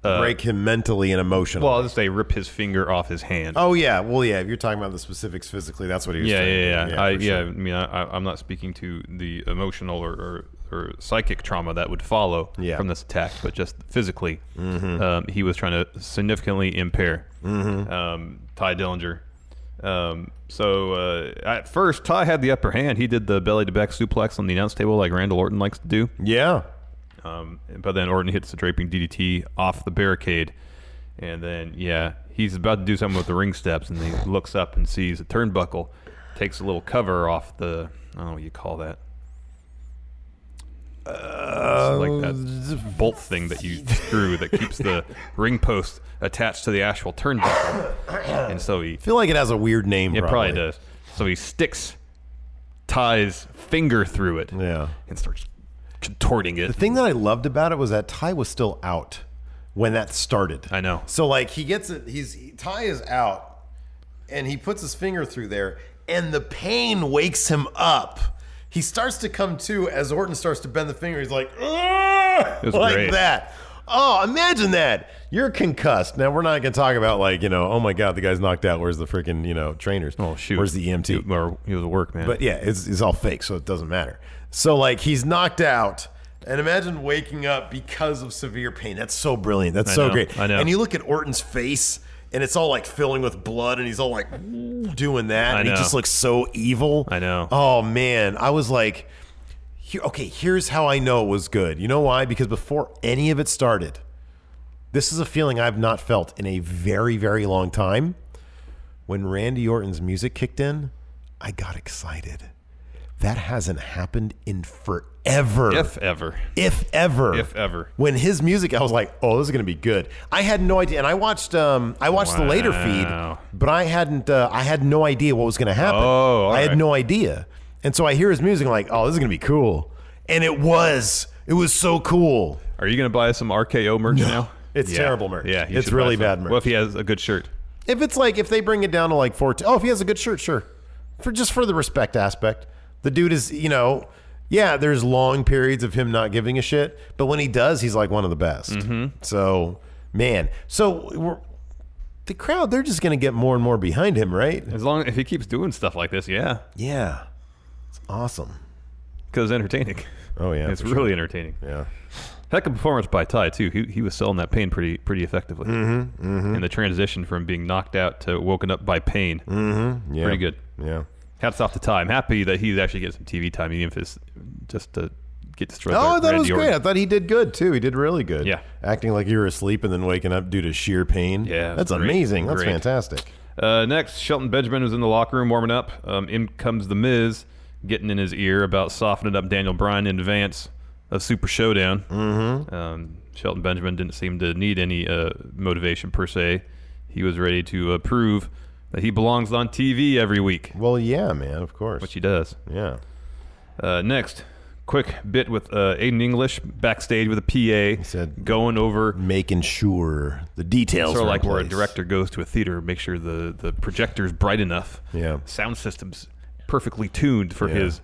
Speaker 12: uh,
Speaker 11: break him mentally and emotionally.
Speaker 12: Well, I'll just say rip his finger off his hand.
Speaker 11: Oh yeah, well yeah. If you're talking about the specifics physically, that's what he was.
Speaker 12: yeah,
Speaker 11: trying to
Speaker 12: yeah, yeah,
Speaker 11: do.
Speaker 12: I,
Speaker 11: for
Speaker 12: yeah.
Speaker 11: sure.
Speaker 12: I mean, I, I- I'm not speaking to the emotional or, or or psychic trauma that would follow from this attack, but just physically, um, he was trying to significantly impair um, Ty Dillinger. Um, so uh, at first, Ty had the upper hand. He did the belly to back suplex on the announce table, like Randall Orton likes to do.
Speaker 11: Yeah.
Speaker 12: Um, but then Orton hits the draping DDT off the barricade, and then yeah, he's about to do something with the ring steps, and he looks up and sees a turnbuckle, takes a little cover off the I don't know what you call that. It's like that bolt thing that you screw that keeps the ring post attached to the actual turnbuckle. And so he
Speaker 11: feel like it has a weird name.
Speaker 12: It
Speaker 11: probably.
Speaker 12: probably does. So he sticks Ty's finger through it.
Speaker 11: Yeah.
Speaker 12: And starts contorting it.
Speaker 11: The thing that I loved about it was that Ty was still out when that started. I
Speaker 12: know.
Speaker 11: So like he gets it. He's Ty is out, and he puts his finger through there, and the pain wakes him up. He starts to come to as Orton starts to bend the finger. He's like, "Ugh!"
Speaker 12: It was
Speaker 11: like
Speaker 12: great.
Speaker 11: that. Oh, imagine that. You're concussed. Now we're not gonna talk about like you know, oh my god, the guy's knocked out. Where's the freaking you know trainers? Oh shoot, where's the EMT?
Speaker 12: or he was a work man.
Speaker 11: But yeah, it's, it's all fake, so it doesn't matter. So like he's knocked out, and imagine waking up because of severe pain. That's so brilliant. That's
Speaker 12: I
Speaker 11: so
Speaker 12: know,
Speaker 11: great.
Speaker 12: I know.
Speaker 11: And you look at Orton's face, and it's all like filling with blood, and he's all like "Ooh," doing that,
Speaker 12: I
Speaker 11: and he
Speaker 12: know.
Speaker 11: just looks so evil. I know. Oh man, I was like, here, okay, here's how I know it was good. You know why? Because before any of it started, this is a feeling I've not felt in a very, very long time. When Randy Orton's music kicked in, I got excited. That hasn't happened in forever.
Speaker 12: If ever.
Speaker 11: If ever.
Speaker 12: If ever.
Speaker 11: When his music, I was like, "Oh, this is gonna be good." I had no idea, and I watched, um, I watched the later feed,
Speaker 12: Wow.
Speaker 11: but I hadn't, uh, I had no idea what was gonna happen.
Speaker 12: Oh, all
Speaker 11: I had
Speaker 12: right.
Speaker 11: no idea, and so I hear his music, I'm like, "Oh, this is gonna be cool," and it was. It was so cool.
Speaker 12: Are you gonna buy some RKO merch now?
Speaker 11: It's terrible merch.
Speaker 12: Yeah, you
Speaker 11: It's
Speaker 12: should buy
Speaker 11: really
Speaker 12: some.
Speaker 11: bad merch.
Speaker 12: Well, if he has a good shirt,
Speaker 11: If it's like if they bring it down to like 14, oh, if he has a good shirt, sure. For just for the respect aspect. The dude is, you know, yeah, there's long periods of him not giving a shit, but when he does, he's like one of the best. So, man. So we're, the crowd, they're just going to get more and more behind him, right?
Speaker 12: as long if he keeps doing stuff like this, yeah,
Speaker 11: Yeah. It's awesome.
Speaker 12: because entertaining.
Speaker 11: Oh yeah,
Speaker 12: it's
Speaker 11: for
Speaker 12: really
Speaker 11: sure.
Speaker 12: entertaining.
Speaker 11: Yeah,
Speaker 12: heck of a performance by Ty too. He he was selling that pain pretty pretty effectively.
Speaker 11: Mhm, mhm.
Speaker 12: And the transition from being knocked out to woken up by pain,
Speaker 11: Mhm, yeah.
Speaker 12: pretty good.
Speaker 11: Yeah.
Speaker 12: Hats off to Ty. I'm happy that he's actually getting some TV time, even if it's just to get destroyed.
Speaker 11: oh,
Speaker 12: by
Speaker 11: I thought it was
Speaker 12: Randy
Speaker 11: great. I
Speaker 12: Orton.
Speaker 11: thought he did good too. He did really good. Yeah. Acting like you were asleep and then waking up due to sheer pain.
Speaker 12: Yeah,
Speaker 11: That's
Speaker 12: great,
Speaker 11: amazing. That's
Speaker 12: great.
Speaker 11: fantastic.
Speaker 12: Uh, next, Shelton Benjamin was in the locker room warming up. Um, in comes the Miz, getting in his ear about softening up Daniel Bryan in advance of Super Showdown. Mm-hmm. Um, Shelton Benjamin didn't seem to need any uh, motivation per se. He was ready to uh, prove that he belongs on TV every week.
Speaker 11: Well, yeah, man, of course.
Speaker 12: Which he does.
Speaker 11: Yeah.
Speaker 12: Uh, next, quick bit with uh, Aiden English backstage with a PA. He said, going over
Speaker 11: making sure the details
Speaker 12: Sort
Speaker 11: are in
Speaker 12: of like where a
Speaker 11: place.
Speaker 12: director goes to a theater, make sure the the projector's bright enough.
Speaker 11: Yeah.
Speaker 12: Sound system's perfectly tuned for
Speaker 11: Yeah.
Speaker 12: his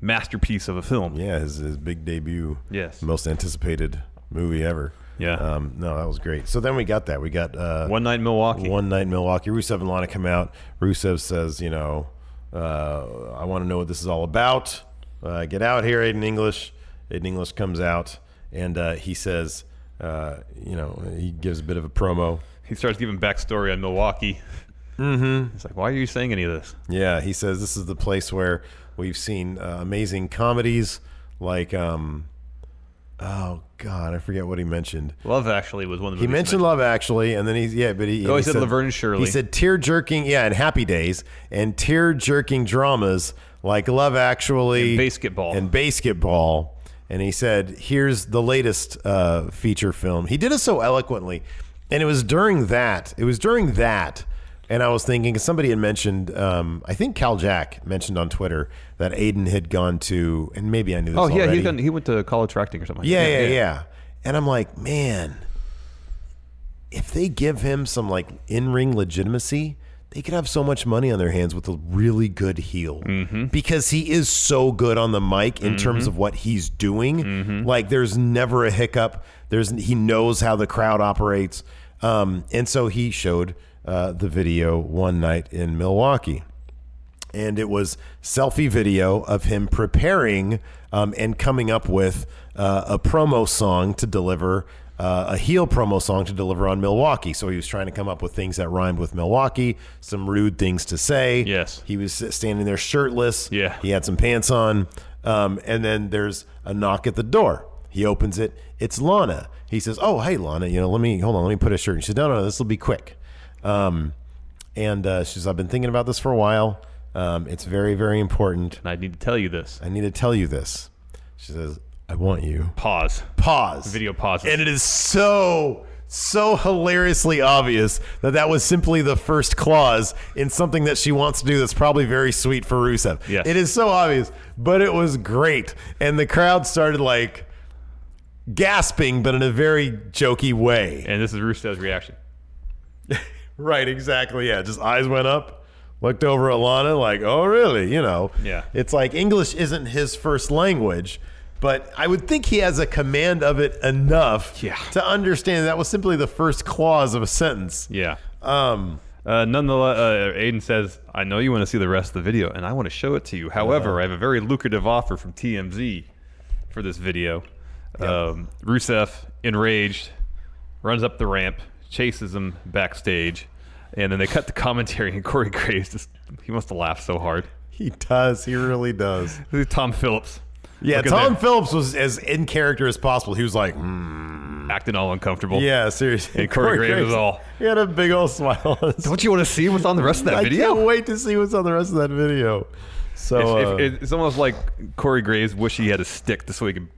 Speaker 12: masterpiece of a film.
Speaker 11: Yeah, his, his big debut.
Speaker 12: Yes.
Speaker 11: Most anticipated movie ever.
Speaker 12: Yeah.
Speaker 11: Um, no, that was great. So then we got that. We got uh,
Speaker 12: One Night in Milwaukee.
Speaker 11: One Night in Milwaukee. Rusev and Lana come out. Rusev says, you know, uh, I want to know what this is all about. Uh, get out here, Aiden English. Aiden English comes out and uh, he says, uh, you know, he gives a bit of a promo.
Speaker 12: He starts giving backstory on Milwaukee.
Speaker 11: Mm-hmm.
Speaker 12: It's like, why are you saying any of this?
Speaker 11: Yeah, he says this is the place where we've seen uh, amazing comedies like, um, oh God, I forget what he mentioned.
Speaker 12: Love Actually was one of the
Speaker 11: He
Speaker 12: movies
Speaker 11: mentioned Love Actually, and then he yeah, but he
Speaker 12: Oh,
Speaker 11: he
Speaker 12: he said Laverne and Shirley.
Speaker 11: He said tear jerking, yeah, and Happy Days, and tear jerking dramas like Love Actually,
Speaker 12: And Basketball.
Speaker 11: and Basketball. And he said, "Here's the latest uh, feature film." He did it so eloquently, and it was during that. It was during that, and I was thinking 'cause somebody had mentioned. Um, I think Cal Jack mentioned on Twitter that Aiden had gone to, and maybe I knew. This
Speaker 12: Oh yeah,
Speaker 11: already.
Speaker 12: he, done, he went to college for acting or something. like
Speaker 11: Yeah,
Speaker 12: that.
Speaker 11: yeah, yeah, And I'm like, man, if they give him some like in ring legitimacy, they could have so much money on their hands with a really good heel
Speaker 12: Mm-hmm.
Speaker 11: because he is so good on the mic in terms
Speaker 12: Mhm.
Speaker 11: of what he's doing.
Speaker 12: Mm-hmm.
Speaker 11: Like, there's never a hiccup. There's he knows how the crowd operates, um, and so he showed uh, the video one night in Milwaukee. and it was selfie video of him preparing um, and coming up with uh, a promo song to deliver. Uh, a heel promo song to deliver on Milwaukee. So he was trying to come up with things that rhymed with Milwaukee, some rude things to say. Yes. He was standing there shirtless. Yeah. He had some pants on. Um, and then there's a knock at the door. He opens it. It's Lana. He says, "Oh, hey, Lana. You know, let me hold on. Let me put a shirt." And she said, "No, no, no this will be quick." Um, and uh, she says, "I've been thinking about this for a while. Um, it's very, very important. And I need to tell you this. I need to tell you this." She says, "I want you." Pause. Pause. Video pause. And it is so. So hilariously obvious that that was simply the first clause in something that she wants to do that's probably very sweet for Rusev. Yes. It is so obvious, but it was great. And the crowd started like, gasping, but in a very jokey way.
Speaker 12: And this is Rusev's reaction.
Speaker 11: right, exactly. Yeah, just eyes went up, looked over at Lana, like, oh, really? You know?
Speaker 12: Yeah.
Speaker 11: It's like English isn't his first language, but I would think he has a command of it enough to understand that was simply the first clause of a sentence.
Speaker 12: Yeah. Um. Uh, nonetheless, uh, Aiden says, "I know you want to see the rest of the video, and I want to show it to you.
Speaker 11: Uh-huh.
Speaker 12: However, I have a very lucrative offer from TMZ for this video." Um, Rusev, enraged, runs up the ramp, chases him backstage, and then they cut the commentary. And Corey Graves just—he must have laughed so hard.
Speaker 11: He does. He really does.
Speaker 12: Tom Phillips.
Speaker 11: Yeah,
Speaker 12: Look at
Speaker 11: Tom
Speaker 12: that.
Speaker 11: Phillips was as in character as possible. He was like, "Hmm."
Speaker 12: acting all uncomfortable.
Speaker 11: Yeah, seriously.
Speaker 12: And Corey Graves is all.
Speaker 11: He had a big old smile. On his
Speaker 12: Don't you want to see what's on the rest of that
Speaker 11: I
Speaker 12: video?
Speaker 11: can't wait to see what's on the rest of that video. So
Speaker 12: It's-
Speaker 11: uh,
Speaker 12: if- it's almost like Corey Graves wish he had a stick so he could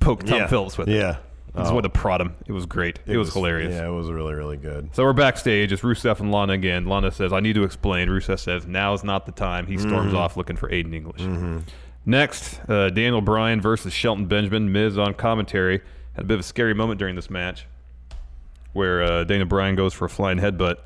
Speaker 12: poke Tom
Speaker 11: Yeah.
Speaker 12: Phillips with it.
Speaker 11: Yeah.
Speaker 12: That's
Speaker 11: Oh.
Speaker 12: what to prod him. It was great. It,
Speaker 11: It
Speaker 12: was,
Speaker 11: was-
Speaker 12: hilarious.
Speaker 11: yeah, it was really, really good.
Speaker 12: So we're backstage. It's Rusev and Lana again. Lana says, I need to explain. Rusev says, now's not the time. He storms
Speaker 11: Mhm.
Speaker 12: off looking for Aiden English.
Speaker 11: Mm-hmm.
Speaker 12: Next, uh, Daniel Bryan versus Shelton Benjamin. Miz on commentary. Had a bit of a scary moment during this match where uh, Daniel Bryan goes for a flying headbutt.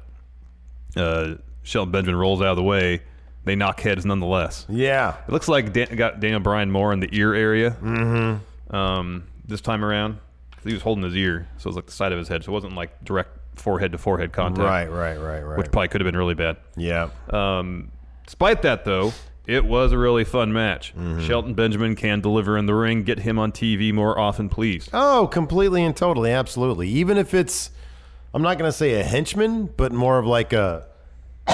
Speaker 12: Uh, Shelton Benjamin rolls out of the way. They knock heads nonetheless.
Speaker 11: Yeah.
Speaker 12: It looks like Dan- got Daniel Bryan more in the ear area mm-hmm. um, this time around. 'Cause He was holding his ear, so it was like the side of his head. So it wasn't like direct forehead to forehead contact.
Speaker 11: Right, right, right, right.
Speaker 12: Which probably could have been really bad.
Speaker 11: Yeah.
Speaker 12: Um, despite that, though, it was a really fun match.
Speaker 11: Mm-hmm.
Speaker 12: Shelton Benjamin can deliver in the ring. Get him on TV more often, please.
Speaker 11: Oh, completely and totally, absolutely. Even if it's, I'm not gonna say a henchman, but more of like a,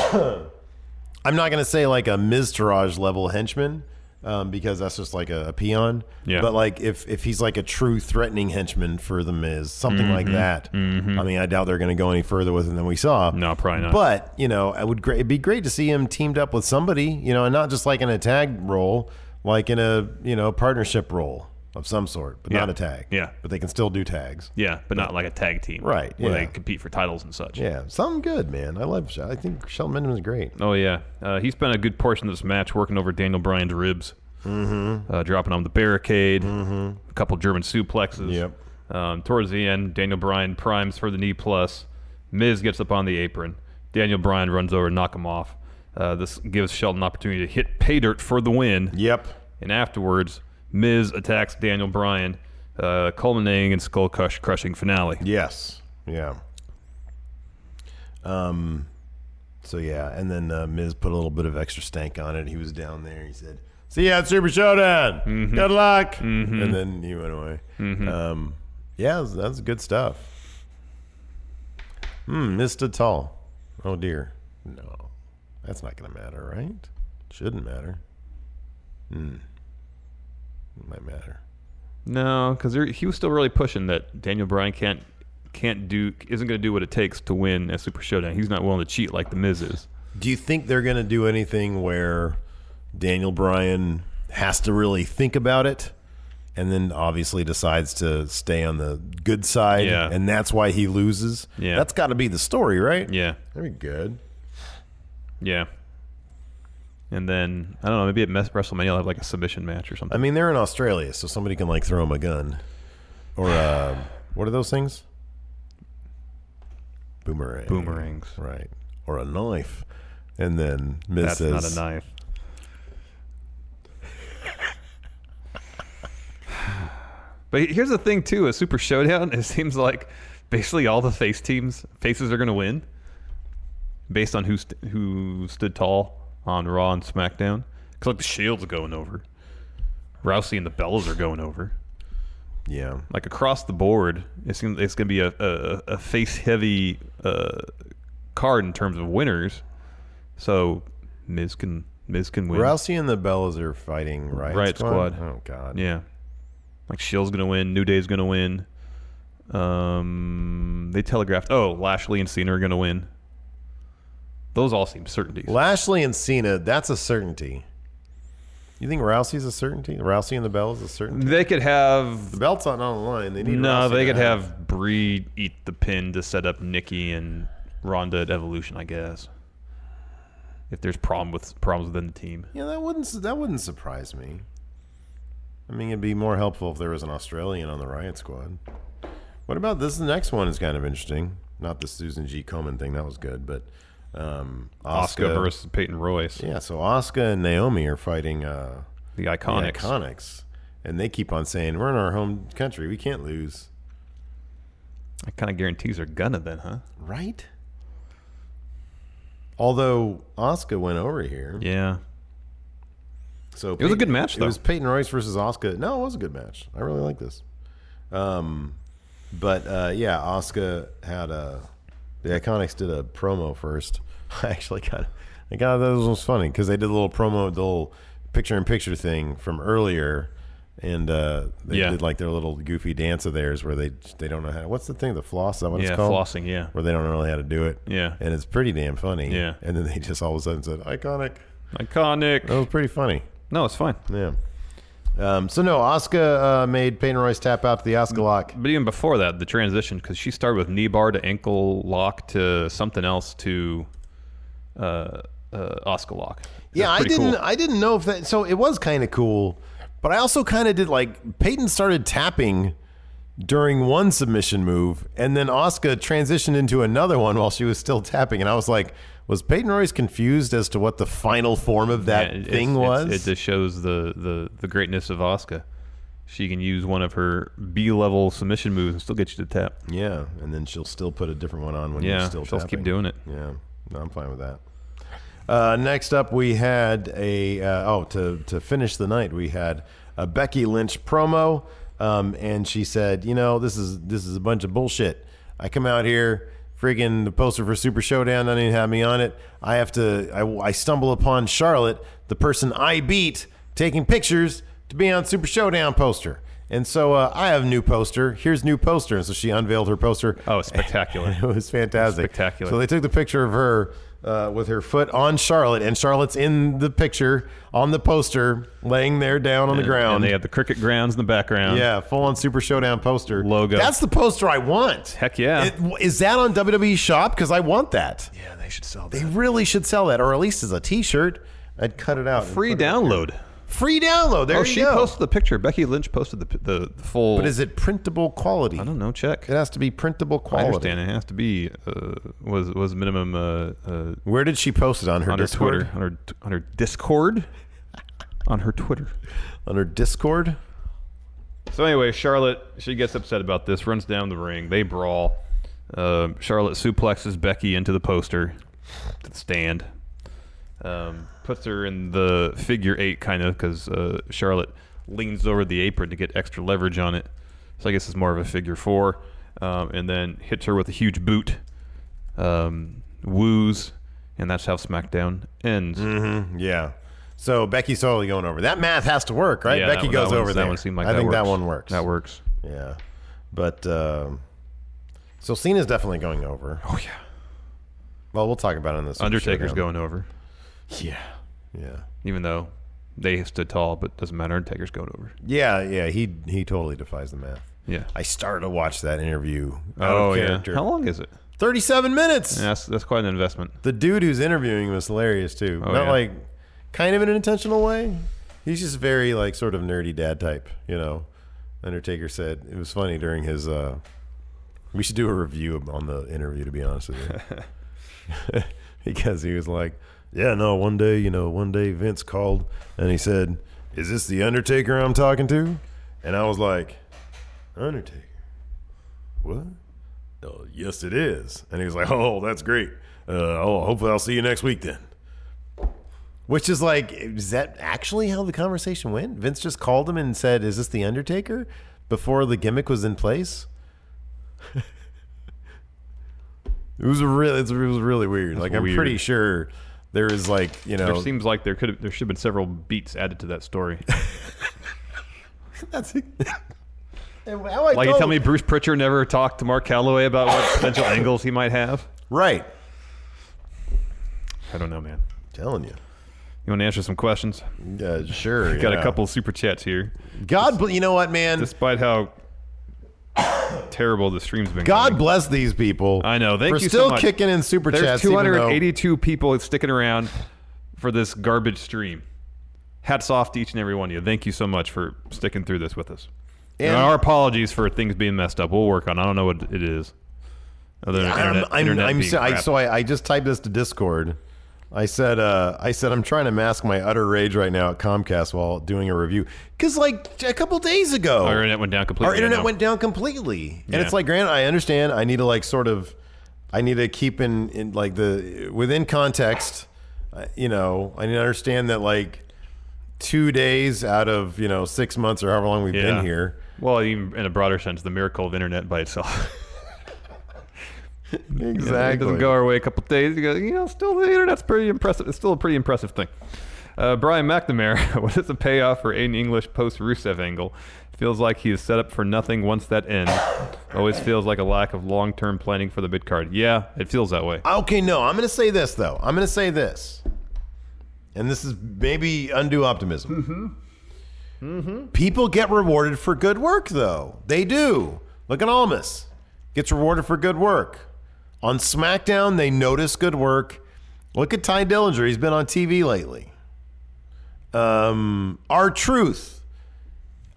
Speaker 11: I'm not gonna say like a Ms. Taraj level henchman, um, because that's just like a, a peon.
Speaker 12: Yeah.
Speaker 11: But like if if he's like a true threatening henchman for the Miz, something like
Speaker 12: Mhm.
Speaker 11: that.
Speaker 12: Mhm.
Speaker 11: I mean, I doubt they're gonna go any further with him than we saw. No,
Speaker 12: probably not.
Speaker 11: But you know, it would great. It'd be great to see him teamed up with somebody, you know, and not just like in a tag role, like in a you know partnership role of some sort, but not
Speaker 12: Yeah.
Speaker 11: a tag.
Speaker 12: Yeah.
Speaker 11: but they can still do tags.
Speaker 12: Yeah, but not like a tag team,
Speaker 11: Right,
Speaker 12: Where
Speaker 11: yeah.
Speaker 12: they compete for titles and such.
Speaker 11: Yeah, something good, man. I love. Sh- I think Shelton Benjamin's great.
Speaker 12: Oh yeah, uh, he spent a good portion of this match working over Daniel Bryan's ribs, mm-hmm. uh, dropping on the barricade, a couple German suplexes. Yep. Um, towards the end, Daniel Bryan primes for the knee plus. Miz gets up on the apron. Daniel Bryan runs over to knock him off. Uh, this gives Shelton an opportunity to hit pay dirt for the win.
Speaker 11: Yep.
Speaker 12: And afterwards, Miz attacks Daniel Bryan, uh, culminating in skull crush crushing finale.
Speaker 11: Yes. Yeah. Um. So yeah, and then uh, Miz put a little bit of extra stank on it. He was down there. He said, "See you at Super Showdown. Good luck." And then he went away. Um. Yeah, that's, that's good stuff. Hmm. Mr. Tall. Oh dear. No, that's not gonna matter, right? Shouldn't matter. Hmm. Might matter.
Speaker 12: No, because he was still really pushing that Daniel Bryan can't can't do isn't going to do what it takes to win a Super Showdown. He's not willing to cheat like the Miz is.
Speaker 11: Do you think they're going to do anything where Daniel Bryan has to really think about it and then obviously decides to stay on the good side
Speaker 12: Yeah.
Speaker 11: and that's why he loses?
Speaker 12: Yeah.
Speaker 11: That's got to be the story, right?
Speaker 12: Yeah,
Speaker 11: That'd be good.
Speaker 12: yeah. And then I don't know, maybe at Mes- WrestleMania I'll have like a submission match or something.
Speaker 11: I mean, they're in Australia, so somebody can like throw him a gun or uh, what are those things? Boomerang.
Speaker 12: Boomerangs.
Speaker 11: Right. Or a knife. And then Miz
Speaker 12: That's
Speaker 11: says,
Speaker 12: not a knife. but he- here's the thing too: a Super Showdown, it seems like basically all the face teams faces are going to win based on who st- who stood tall on Raw and SmackDown. Because like the Shield's going over, Rousey and the Bellas are going over.
Speaker 11: Yeah,
Speaker 12: like across the board, it's gonna, it's going to be a, a, a face heavy uh, card in terms of winners. So Miz can Miz can win.
Speaker 11: Rousey and the Bellas are fighting Riot,
Speaker 12: Riot Squad.
Speaker 11: Oh God.
Speaker 12: Yeah. Like Shield's gonna win, New Day's gonna win. Um, they telegraphed. Oh, Lashley and Cena are gonna win. Those all seem certainties.
Speaker 11: Lashley and Cena, that's a certainty. You think Rousey's a certainty? Rousey and the Bellas a certainty?
Speaker 12: They could have
Speaker 11: the belt's not on the line. They need
Speaker 12: no.
Speaker 11: Rousey
Speaker 12: They
Speaker 11: to
Speaker 12: could have Bree eat the pin to set up Nikki and Ronda at Evolution. I guess if there's problem with problems within the team.
Speaker 11: Yeah, that wouldn't that wouldn't surprise me. I mean, it'd be more helpful if there was an Australian on the Riot Squad. What about this? The next one is kind of interesting. Not the Susan G. Komen thing. That was good, but um,
Speaker 12: Asuka
Speaker 11: Asuka-
Speaker 12: versus Peyton Royce.
Speaker 11: Yeah, so Asuka and Naomi are fighting uh,
Speaker 12: the Iconics.
Speaker 11: Iconics, and they keep on saying we're in our home country. We can't lose.
Speaker 12: That kind of guarantees they're gonna then, huh?
Speaker 11: Right. Although Asuka went over here.
Speaker 12: Yeah.
Speaker 11: So
Speaker 12: It was a good match,
Speaker 11: It was
Speaker 12: though.
Speaker 11: Peyton Royce versus Asuka. No, it was a good match. I really like this. Um, but uh, yeah, Asuka had a. The Iconics did a promo first. I actually got. I got that was funny because they did a little promo, the little picture-in-picture thing from earlier, and uh, they
Speaker 12: Yeah.
Speaker 11: did like their little goofy dance of theirs where they they don't know how. What's the thing? The floss? Is that what
Speaker 12: Yeah,
Speaker 11: it's called?
Speaker 12: flossing, yeah.
Speaker 11: Where they don't know really how to do it.
Speaker 12: Yeah.
Speaker 11: And it's pretty damn funny.
Speaker 12: Yeah.
Speaker 11: And then they just all of a sudden said iconic.
Speaker 12: Iconic.
Speaker 11: That was pretty funny.
Speaker 12: No, it's fine.
Speaker 11: Oh. Yeah. Um, so no, Asuka uh, made Peyton Royce tap out to the Asuka lock.
Speaker 12: But even before that, the transition because she started with knee bar to ankle lock to something else to uh, uh, Oscar lock.
Speaker 11: Yeah, I
Speaker 12: pretty
Speaker 11: didn't.
Speaker 12: cool.
Speaker 11: I didn't know if that. So it was kind of cool, but I also kind of did like Peyton started tapping during one submission move, and then Asuka transitioned into another one while she was still tapping, and I was like, was Peyton Royce confused as to what the final form of that
Speaker 12: Yeah, it-
Speaker 11: thing
Speaker 12: it's-
Speaker 11: was?
Speaker 12: it's- It just shows the, the, the greatness of Oscar. She can use one of her B level submission moves and still get you to tap.
Speaker 11: Yeah, and then she'll still put a different one on when
Speaker 12: Yeah,
Speaker 11: you're still
Speaker 12: she'll
Speaker 11: tapping.
Speaker 12: keep doing it.
Speaker 11: Yeah, no, I'm fine with that. Uh, next up, we had a uh, oh to to finish the night, we had a Becky Lynch promo, um, and she said, you know, this is this is a bunch of bullshit. I come out here. Friggin' the poster for Super Showdown doesn't even have me on it. I have to. I, I stumble upon Charlotte, the person I beat, taking pictures to be on Super Showdown poster. And so uh, I have new poster. Here's new poster. And so she unveiled her poster.
Speaker 12: Oh, spectacular!
Speaker 11: it was fantastic.
Speaker 12: Spectacular.
Speaker 11: So they took the picture of her uh, with her foot on Charlotte, and Charlotte's in the picture on the poster, laying there down on the
Speaker 12: And-
Speaker 11: ground.
Speaker 12: And they have the cricket grounds in the background.
Speaker 11: yeah, full on Super Showdown poster
Speaker 12: Logo.
Speaker 11: That's the poster I want.
Speaker 12: Heck yeah.
Speaker 11: It- Is that on WWE Shop? Because I want that.
Speaker 12: yeah, they should sell
Speaker 11: They really should sell that, or at least as a T-shirt. I'd cut it out. and
Speaker 12: Free
Speaker 11: put it up here.
Speaker 12: download.
Speaker 11: Free download. There
Speaker 12: oh,
Speaker 11: you
Speaker 12: she
Speaker 11: go.
Speaker 12: posted the picture. Becky Lynch posted the, the, the full.
Speaker 11: but is it printable quality? I
Speaker 12: don't know. Check.
Speaker 11: It has to be printable
Speaker 12: I
Speaker 11: quality.
Speaker 12: understand it has to be uh, was was minimum uh, uh,
Speaker 11: Where did she post it on her
Speaker 12: on her
Speaker 11: Discord?
Speaker 12: Twitter on her on her Discord on her Twitter
Speaker 11: on her Discord.
Speaker 12: So anyway, Charlotte she gets upset about this, runs down the ring, they brawl. Uh, Charlotte suplexes Becky into the poster, to the stand, um, puts her in the figure eight kind of because uh, Charlotte leans over the apron to get extra leverage on it. So I guess it's more of a figure four, um, and then hits her with a huge boot, um, woos, and that's how SmackDown ends.
Speaker 11: Mm-hmm. Yeah. So Becky's totally going over. That math has to work, right?
Speaker 12: Yeah,
Speaker 11: Becky
Speaker 12: that-
Speaker 11: goes
Speaker 12: that one-
Speaker 11: over
Speaker 12: that
Speaker 11: there.
Speaker 12: one seemed like
Speaker 11: I
Speaker 12: that
Speaker 11: think that
Speaker 12: works.
Speaker 11: one works.
Speaker 12: That works.
Speaker 11: Yeah. But um, so Cena's definitely going over. Oh yeah. Well, we'll talk about it in this.
Speaker 12: Undertaker's going over.
Speaker 11: Yeah. Yeah.
Speaker 12: Even though they stood tall, but doesn't matter. Undertaker's going over.
Speaker 11: Yeah, yeah. He he totally defies the math.
Speaker 12: Yeah.
Speaker 11: I started to watch that interview. Out
Speaker 12: Oh
Speaker 11: of
Speaker 12: yeah.
Speaker 11: character.
Speaker 12: How long is it?
Speaker 11: Thirty-seven minutes.
Speaker 12: Yeah, that's that's quite an investment.
Speaker 11: The dude who's interviewing was hilarious too.
Speaker 12: Oh,
Speaker 11: Not
Speaker 12: yeah.
Speaker 11: like kind of in an intentional way. He's just very like sort of nerdy dad type, you know. Undertaker said it was funny during his uh we should do a review on the interview to be honest with you. because he was like, Yeah, no, one day, you know, one day Vince called and he said, Is this the Undertaker I'm talking to? And I was like, Undertaker. What? Oh, yes, it is. And he was like, Oh, that's great. Uh, oh, hopefully I'll see you next week then. Which is like, is that actually how the conversation went? Vince just called him and said, "Is this the Undertaker?" Before the gimmick was in place. it was a really, it was really weird.
Speaker 12: That's
Speaker 11: like, I'm
Speaker 12: weird.
Speaker 11: pretty sure there is like, you know,
Speaker 12: there seems like there could have, there should have been several beats added to that story.
Speaker 11: That's how I
Speaker 12: like you
Speaker 11: told-
Speaker 12: tell me Bruce Pritchard never talked to Mark Calloway about what potential angles he might have.
Speaker 11: Right.
Speaker 12: I don't know, man.
Speaker 11: telling you.
Speaker 12: You want to answer some questions?
Speaker 11: Yeah, sure.
Speaker 12: Got
Speaker 11: yeah.
Speaker 12: a couple super chats here.
Speaker 11: God, bl- you know what, man?
Speaker 12: Despite how terrible the stream's been.
Speaker 11: God bless these people.
Speaker 12: I know. Thank
Speaker 11: for
Speaker 12: you
Speaker 11: still
Speaker 12: so much.
Speaker 11: kicking in super
Speaker 12: There's
Speaker 11: chats. even though-
Speaker 12: 282 people sticking around for this garbage stream. Hats off to each and every one of you. Thank you so much for sticking through this with us. And,
Speaker 11: And-
Speaker 12: our apologies for things being messed up. We'll work on. it. I don't know what it is. Other than
Speaker 11: I'm,
Speaker 12: internet,
Speaker 11: I'm,
Speaker 12: internet
Speaker 11: I'm
Speaker 12: being
Speaker 11: so, I,
Speaker 12: crap.
Speaker 11: so I, I just typed this to Discord. I said, uh, I said, I'm trying to mask my utter rage right now at Comcast while doing a review because, like, a couple days ago,
Speaker 12: Our internet went down completely.
Speaker 11: Our internet
Speaker 12: I know.
Speaker 11: went down completely, and
Speaker 12: Yeah.
Speaker 11: it's like, Grant, I understand. I need to like sort of, I need to keep in, in like the within context. uh, You know, I need to understand that like two days out of you know six months or however long we've
Speaker 12: Yeah.
Speaker 11: been here,
Speaker 12: Well, even in a broader sense, the miracle of internet by itself. You know, it
Speaker 11: Exactly.
Speaker 12: doesn't go our way a couple days. You go, you know, still the internet's pretty impressive. It's still a pretty impressive thing. Uh, Brian McNamara, what is the payoff for Aiden English post Rusev angle? Feels like he is set up for nothing once that ends. Always feels like a lack of long term planning for the mid card. Yeah, it feels that way.
Speaker 11: Okay, no, I'm going to say this though. I'm going to say this, and this is maybe undue optimism.
Speaker 13: Mm-hmm.
Speaker 11: People get rewarded for good work, though. They do. Look at Almas. Gets rewarded for good work. On SmackDown, they notice good work. Look at Ty Dillinger. He's been on TV lately. Um, Our Truth.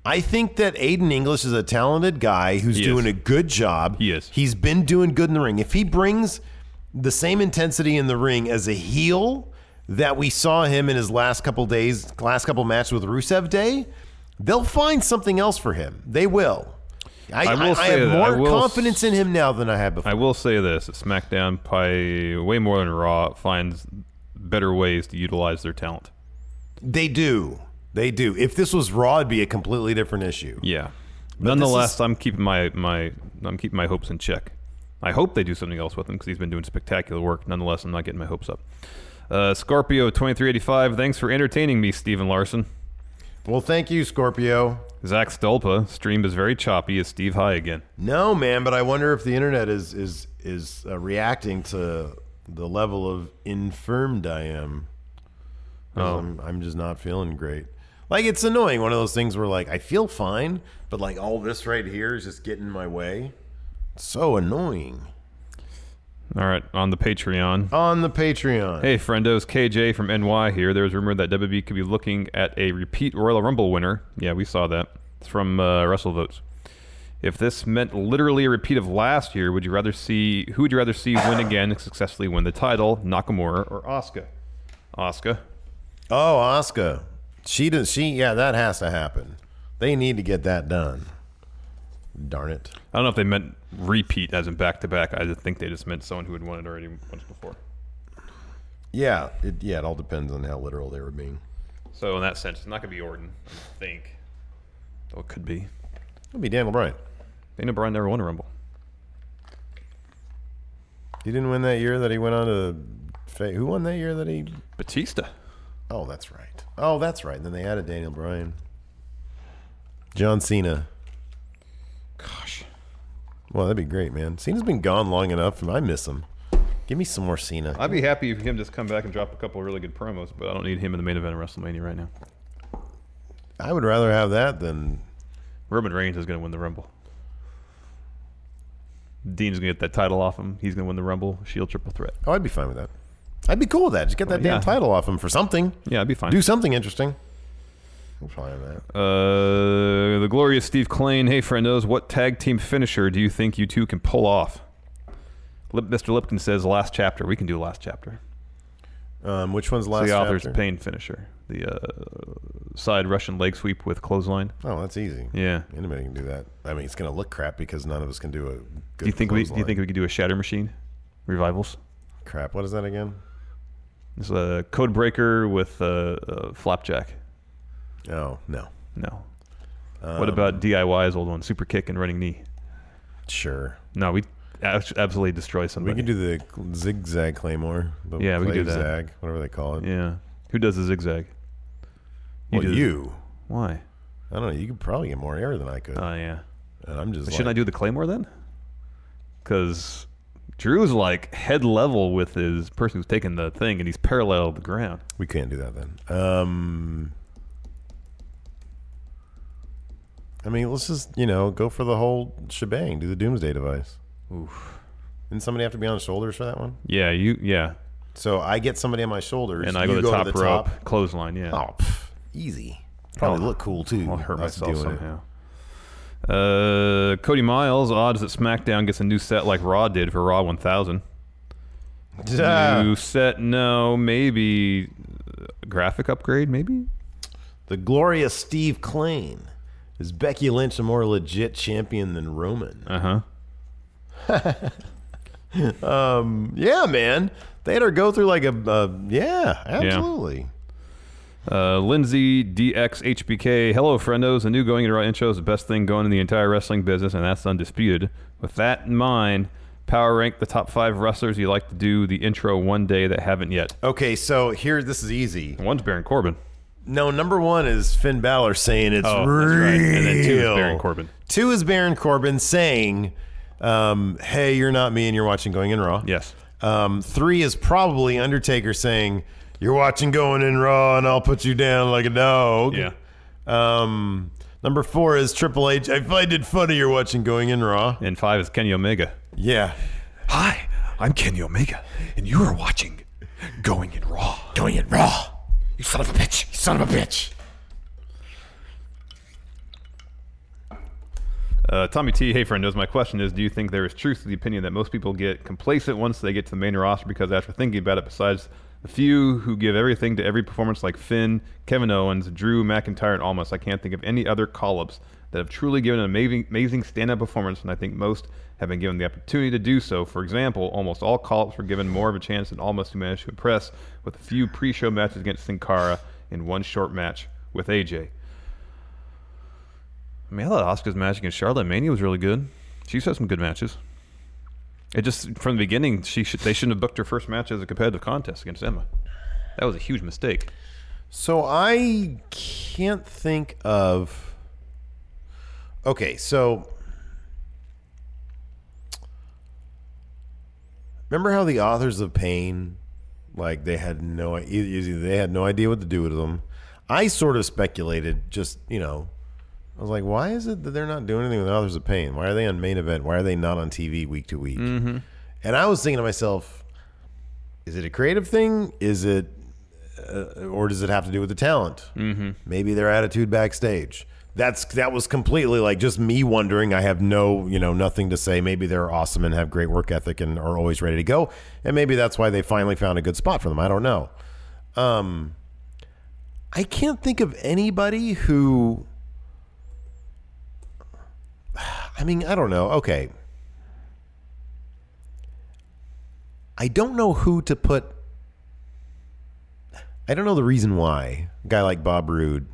Speaker 11: I think that Aiden English is a talented guy who's
Speaker 12: He is.
Speaker 11: doing a good job. He
Speaker 12: is.
Speaker 11: He's been doing good in the ring. If he brings the same intensity in the ring as a heel that we saw him in his last couple days, last couple matches with Rusev Day, they'll find something else for him. They will. I,
Speaker 12: I will
Speaker 11: I, I
Speaker 12: say
Speaker 11: have
Speaker 12: that I
Speaker 11: more
Speaker 12: will
Speaker 11: confidence in him now than I have before.
Speaker 12: I will say this: SmackDown, by way more than Raw, finds better ways to utilize their talent.
Speaker 11: They do. They do. If this was Raw, it'd be a completely different issue.
Speaker 12: Yeah.
Speaker 11: this
Speaker 12: Nonetheless,
Speaker 11: is-
Speaker 12: I'm keeping my my I'm keeping my hopes in check. I hope they do something else with him because he's been doing spectacular work. Nonetheless, I'm not getting my hopes up. Uh, Scorpio 2385, thanks for entertaining me, Steven Larson.
Speaker 11: Well, thank you, Scorpio.
Speaker 12: Zach Stolpa, stream is very choppy. Is Steve High again?
Speaker 11: No, man, but I wonder if the internet is is is uh, reacting to the level of infirmed I am. 'Cause
Speaker 12: Oh.
Speaker 11: I'm, I'm just not feeling great. Like it's annoying. One of those things where like I feel fine, but like all this right here is just getting in my way. So annoying.
Speaker 12: All right, on the Patreon.
Speaker 11: On the Patreon.
Speaker 12: Hey, friendos, KJ from NY here. There's rumor that WWE could be looking at a repeat Royal Rumble winner. Yeah, we saw that. It's from uh, Russell Votes. If this meant literally a repeat of last year, would you rather see who would you rather see win again and successfully win the title, Nakamura or Asuka? Asuka.
Speaker 11: Oh, Oscar. She does. She yeah, that has to happen. They need to get that done. Darn it.
Speaker 12: I don't know if they meant repeat as in back to back. I just think they just meant someone who had won it already once before.
Speaker 11: Yeah. It, yeah. It all depends on how literal they were being.
Speaker 12: So in that sense, it's not going to be Orton. I think. Though it could be.
Speaker 11: It'll be Daniel Bryan.
Speaker 12: Daniel Bryan never won a Rumble.
Speaker 11: He didn't win that year that he went on to. Fa- Who won that year that he?
Speaker 12: Batista.
Speaker 11: Oh, that's right. Oh, that's right. Then they added Daniel Bryan. John Cena. Gosh. Well, that'd be great, man. Cena's been gone long enough. and I miss him. Give me some more Cena.
Speaker 12: I'd be happy if him just come back and drop a couple of really good promos, but I don't need him in the main event of WrestleMania right now.
Speaker 11: I would rather have that than
Speaker 12: Roman Reigns is going to win the Rumble. Dean's going to get that title off him. He's going to win the Rumble. Shield triple threat.
Speaker 11: Oh, I'd be fine with that. I'd be cool with that. Just get that
Speaker 12: Well,
Speaker 11: damn
Speaker 12: Oh, yeah.
Speaker 11: title off him for something.
Speaker 12: Yeah, I'd be fine.
Speaker 11: Do something interesting. I'm fine with that.
Speaker 12: Uh, the glorious Steve Klein. Hey, friendos, what tag team finisher do you think you two can pull off? Lip, Mr. Lipkin says last chapter. We can do last chapter.
Speaker 11: Um, which one's
Speaker 12: It's
Speaker 11: last
Speaker 12: The author's
Speaker 11: chapter?
Speaker 12: pain finisher. The uh, side Russian leg sweep with clothesline.
Speaker 11: Oh, that's easy.
Speaker 12: Yeah.
Speaker 11: Anybody can do that. I mean, it's going to look crap because none of us can do a good
Speaker 12: Do you think we? Do you
Speaker 11: clothesline.
Speaker 12: think we could do a shatter machine? Revivals.
Speaker 11: Crap. What is that again?
Speaker 12: It's a code breaker with uh, uh, flapjack.
Speaker 11: Oh no,
Speaker 12: no.
Speaker 11: Um,
Speaker 12: what about DIY's old one, super kick and running knee?
Speaker 11: Sure.
Speaker 12: No, we abs- absolutely destroy
Speaker 11: We
Speaker 12: somebody.
Speaker 11: can do the zigzag claymore. The
Speaker 12: yeah, we can do that.
Speaker 11: zag, whatever they call it.
Speaker 12: Yeah. Who does the zigzag?
Speaker 11: You well,
Speaker 12: do the-
Speaker 11: you.
Speaker 12: Why?
Speaker 11: I don't know. You could probably get more air than I could.
Speaker 12: Oh yeah.
Speaker 11: And I'm just.
Speaker 12: Shouldn't
Speaker 11: like,
Speaker 12: I do the claymore then? Because Drew's like head level with his person who's taking the thing, and he's parallel to the ground.
Speaker 11: We can't do that then. Um, I mean, let's just you know go for the whole shebang. Do the doomsday device.
Speaker 12: Oof.
Speaker 11: Didn't somebody have to be on shoulders for that one?
Speaker 12: Yeah, you. Yeah,
Speaker 11: So I get somebody on my shoulders,
Speaker 12: and I
Speaker 11: you
Speaker 12: go to the top
Speaker 11: to the
Speaker 12: rope,
Speaker 11: top.
Speaker 12: clothesline. Yeah.
Speaker 11: Oh, pff, easy. Probably look cool too.
Speaker 12: I'll hurt
Speaker 11: Us
Speaker 12: myself
Speaker 11: doing it.
Speaker 12: somehow. Uh, Cody Miles odds that SmackDown gets a new set like Raw did for Raw 1000.
Speaker 11: Yeah.
Speaker 12: New set? No, maybe uh, graphic upgrade. Maybe
Speaker 11: The glorious Steve Klein. Is Becky Lynch a more legit champion than Roman?
Speaker 12: Uh
Speaker 11: huh. um, yeah, man. They had her go through like a, a yeah, absolutely.
Speaker 12: Uh, Lindsay DX HBK. Hello, friendos. The new Going in Raw intro is the best thing going in the entire wrestling business, and that's undisputed. With that in mind, power rank the top five wrestlers you like to do the intro one day that haven't yet.
Speaker 11: Okay, so here this is easy.
Speaker 12: One's Baron Corbin.
Speaker 11: No, number one is Finn Balor saying it's
Speaker 12: Oh,
Speaker 11: real.
Speaker 12: that's right. And then two is Baron Corbin.
Speaker 11: Two is Baron Corbin saying, um, "Hey, you're not me, and you're watching Going in Raw."
Speaker 12: Yes.
Speaker 11: Um, three is probably Undertaker saying, "You're watching Going in Raw, and I'll put you down like a dog."
Speaker 12: Yeah.
Speaker 11: Um, number four is Triple H. I find it funny you're watching Going in Raw.
Speaker 12: And five is Kenny Omega.
Speaker 11: Yeah.
Speaker 14: Hi, I'm Kenny Omega, and you are watching Going in Raw. Going in Raw. You son of a bitch. You son of a bitch.
Speaker 12: Uh, Tommy T. Hey, friend, knows my question is Do you think there is truth to the opinion that most people get complacent once they get to the main roster? Because after thinking about it, besides the few who give everything to every performance, like Finn, Kevin Owens, Drew McIntyre, and almost, I can't think of any other call ups that have truly given an amazing, amazing stand up performance, and I think most have been given the opportunity to do so. For example, almost all call ups were given more of a chance than almost who managed to impress with a few pre show matches against Sin Cara and one short match with AJ. I mean, I thought Oscar's match against Charlotte Mania was really good. She's had some good matches. It just from the beginning, she should, they shouldn't have booked her first match as a competitive contest against Emma. That was a huge mistake.
Speaker 11: So I can't think of. Okay, so remember how the authors of pain, like they had no i- either they had no idea what to do with them. I sort of speculated, just you know, I was like, why is it that they're not doing anything with authors of pain? Why are they on main event? Why are they not on TV week to week?
Speaker 12: Mhm.
Speaker 11: And I was thinking to myself, is it a creative thing? Is it, uh, or does it have to do with the talent?
Speaker 12: Mm-hmm.
Speaker 11: maybe their attitude backstage. That's that was completely like just me wondering. I have no, you know, nothing to say. Maybe they're awesome and have great work ethic and are always ready to go, and maybe that's why they finally found a good spot for them. I don't know. Um, I can't think of anybody who. I mean, I don't know. Okay. I don't know who to put I don't know the reason why a guy like Bob Roode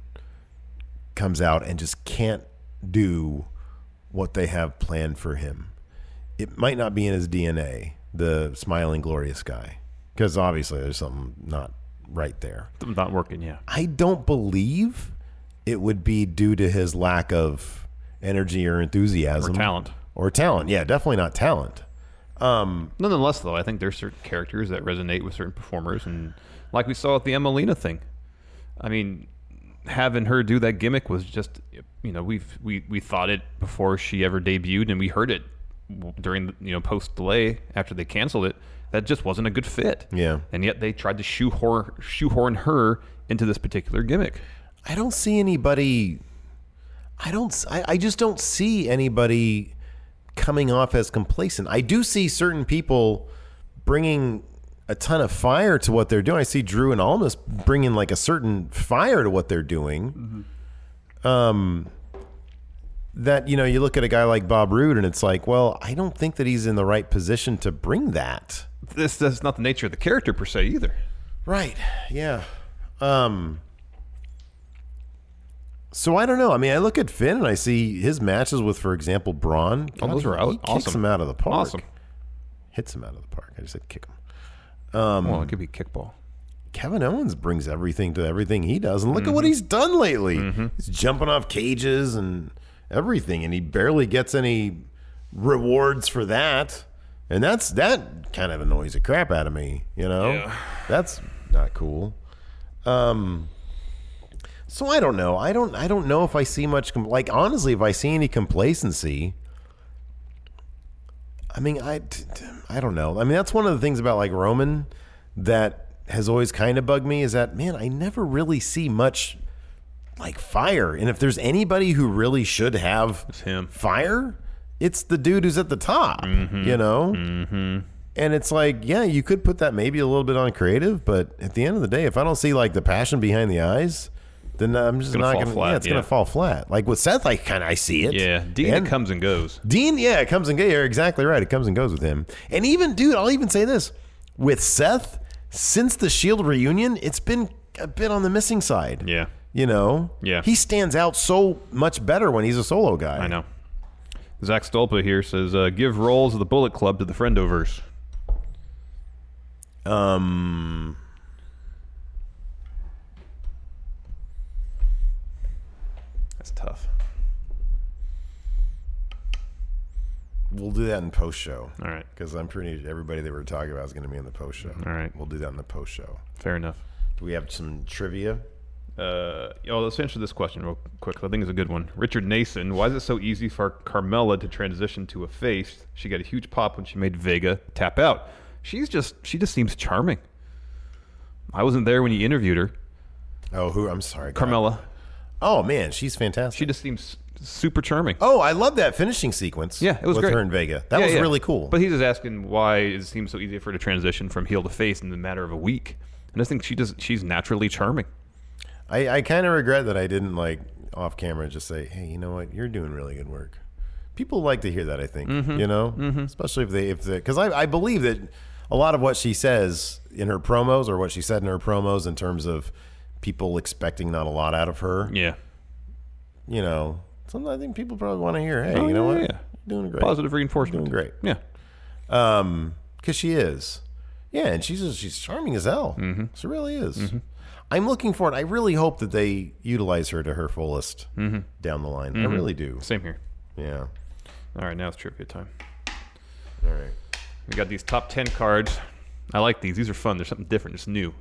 Speaker 11: comes out and just can't do what they have planned for him. It might not be in his DNA, the smiling, glorious guy, because obviously there's something not right there.
Speaker 12: Not working, yeah.
Speaker 11: I don't believe it would be due to his lack of energy or enthusiasm
Speaker 12: Or talent.
Speaker 11: Or talent. Yeah, definitely not talent. Um,
Speaker 12: Nonetheless, though, I think there's certain characters that resonate with certain performers, and like we saw with the Emelina thing. I mean, having her do that gimmick was just, you know, we've we we thought it before she ever debuted, and we heard it w- during the, you know post delay after they canceled it. That just wasn't a good fit.
Speaker 11: Yeah.
Speaker 12: and yet they tried to shoehorn shoehorn her into this particular gimmick.
Speaker 11: I don't see anybody. I don't. s- I, I just don't see anybody coming off as complacent. I do see certain people bringing a ton of fire to what they're doing. I see Drew and Almas bringing like a certain fire to what they're doing. Um, that you know, you look at a guy like Bob Roode, and it's like, well, I don't think that he's in the right position to bring that.
Speaker 12: This that's not the nature of the character per se either.
Speaker 11: Right. Yeah. Um. So I don't know. I mean, I look at Finn and I see his matches with, for example, Braun.
Speaker 12: Oh, those were out-
Speaker 11: He kicks
Speaker 12: awesome.
Speaker 11: him out of the park.
Speaker 12: Awesome.
Speaker 11: Hits him out of the park. I just said kick him. Um,
Speaker 12: Well, it could be kickball.
Speaker 11: Kevin Owens brings everything to everything he does, and look at
Speaker 12: Mm-hmm.
Speaker 11: what he's done lately. He's jumping off cages and everything, and he barely gets any rewards for that. And that's that kind of annoys the crap out of me. You know, that's not cool. Um, so I don't know. I don't. I don't know if I see much. Com- like honestly, if I see any complacency, I mean, I, t- t- I don't know. I mean, that's one of the things about like Roman that has always kind of bugged me is that man, I never really see much like fire. And if there's anybody who really should have fire, it's the dude who's at the top. You know. Mm-hmm. And it's like, yeah, you could put that maybe a little bit on creative, but at the end of the day, if I don't see like the passion behind the eyes, then I'm just
Speaker 12: It's gonna
Speaker 11: not
Speaker 12: fall
Speaker 11: gonna.
Speaker 12: flat,
Speaker 11: yeah, it's
Speaker 12: yeah.
Speaker 11: gonna fall flat. Like with Seth, I kind of I see it.
Speaker 12: Yeah, Dean, it
Speaker 11: And-
Speaker 12: comes and goes.
Speaker 11: Dean, yeah, it comes and goes. You're exactly right. It comes and goes with him. And even, dude, I'll even say this with Seth, since the Shield E reunion, it's been a bit on the missing side.
Speaker 12: Yeah.
Speaker 11: You know?
Speaker 12: Yeah.
Speaker 11: He stands out so much better when he's a solo guy.
Speaker 12: I know. Zach Stolpa here says, uh, "Give roles of the Bullet Club to the Friendoverse."
Speaker 11: Um.
Speaker 12: That's tough.
Speaker 11: We'll do that in post show.
Speaker 12: All right.
Speaker 11: Because I'm pretty everybody that we're talking about is going to be in the post show.
Speaker 12: All right.
Speaker 11: We'll do that in the post show.
Speaker 12: Fair enough.
Speaker 11: Do we have some trivia?
Speaker 12: Uh, oh, let's answer this question real quick. I think it's a good one. Richard Nason, why is it so easy for Carmella to transition to a face? She got a huge pop when she made Vega tap out. She's just she just seems charming. I wasn't there when you interviewed her.
Speaker 11: Oh, who? I'm sorry,
Speaker 12: Carmella.
Speaker 11: Oh man, she's fantastic.
Speaker 12: She just seems super charming.
Speaker 11: Oh, I love that finishing sequence.
Speaker 12: Yeah, it was
Speaker 11: with
Speaker 12: great.
Speaker 11: her in Vega. That
Speaker 12: Yeah,
Speaker 11: was
Speaker 12: yeah.
Speaker 11: really cool.
Speaker 12: But he's just asking why it seems so easy for her to transition from heel to face in the matter of a week. And I think she just she's naturally charming.
Speaker 11: I, I kind of regret that I didn't like off camera just say, hey, you know what, you're doing really good work. People like to hear that, I think.
Speaker 12: Mhm.
Speaker 11: You know,
Speaker 12: Mhm.
Speaker 11: especially if they if they because I, I believe that a lot of what she says in her promos or what she said in her promos in terms of people expecting not a lot out of her.
Speaker 12: Yeah.
Speaker 11: You know, sometimes I think people probably want to hear, hey, you know what, You're doing great,
Speaker 12: Positive reinforcement.
Speaker 11: doing great.
Speaker 12: Yeah.
Speaker 11: Um, because she is. Yeah, and she's she's charming as hell. She really is. I'm looking forward. I really hope that they utilize her to her fullest down the line. I
Speaker 12: Mhm.
Speaker 11: really do.
Speaker 12: Same here.
Speaker 11: Yeah.
Speaker 12: All right, now it's trivia time.
Speaker 11: All right.
Speaker 12: We got these top 10 cards. I like these. These are fun. There's something different. It's new.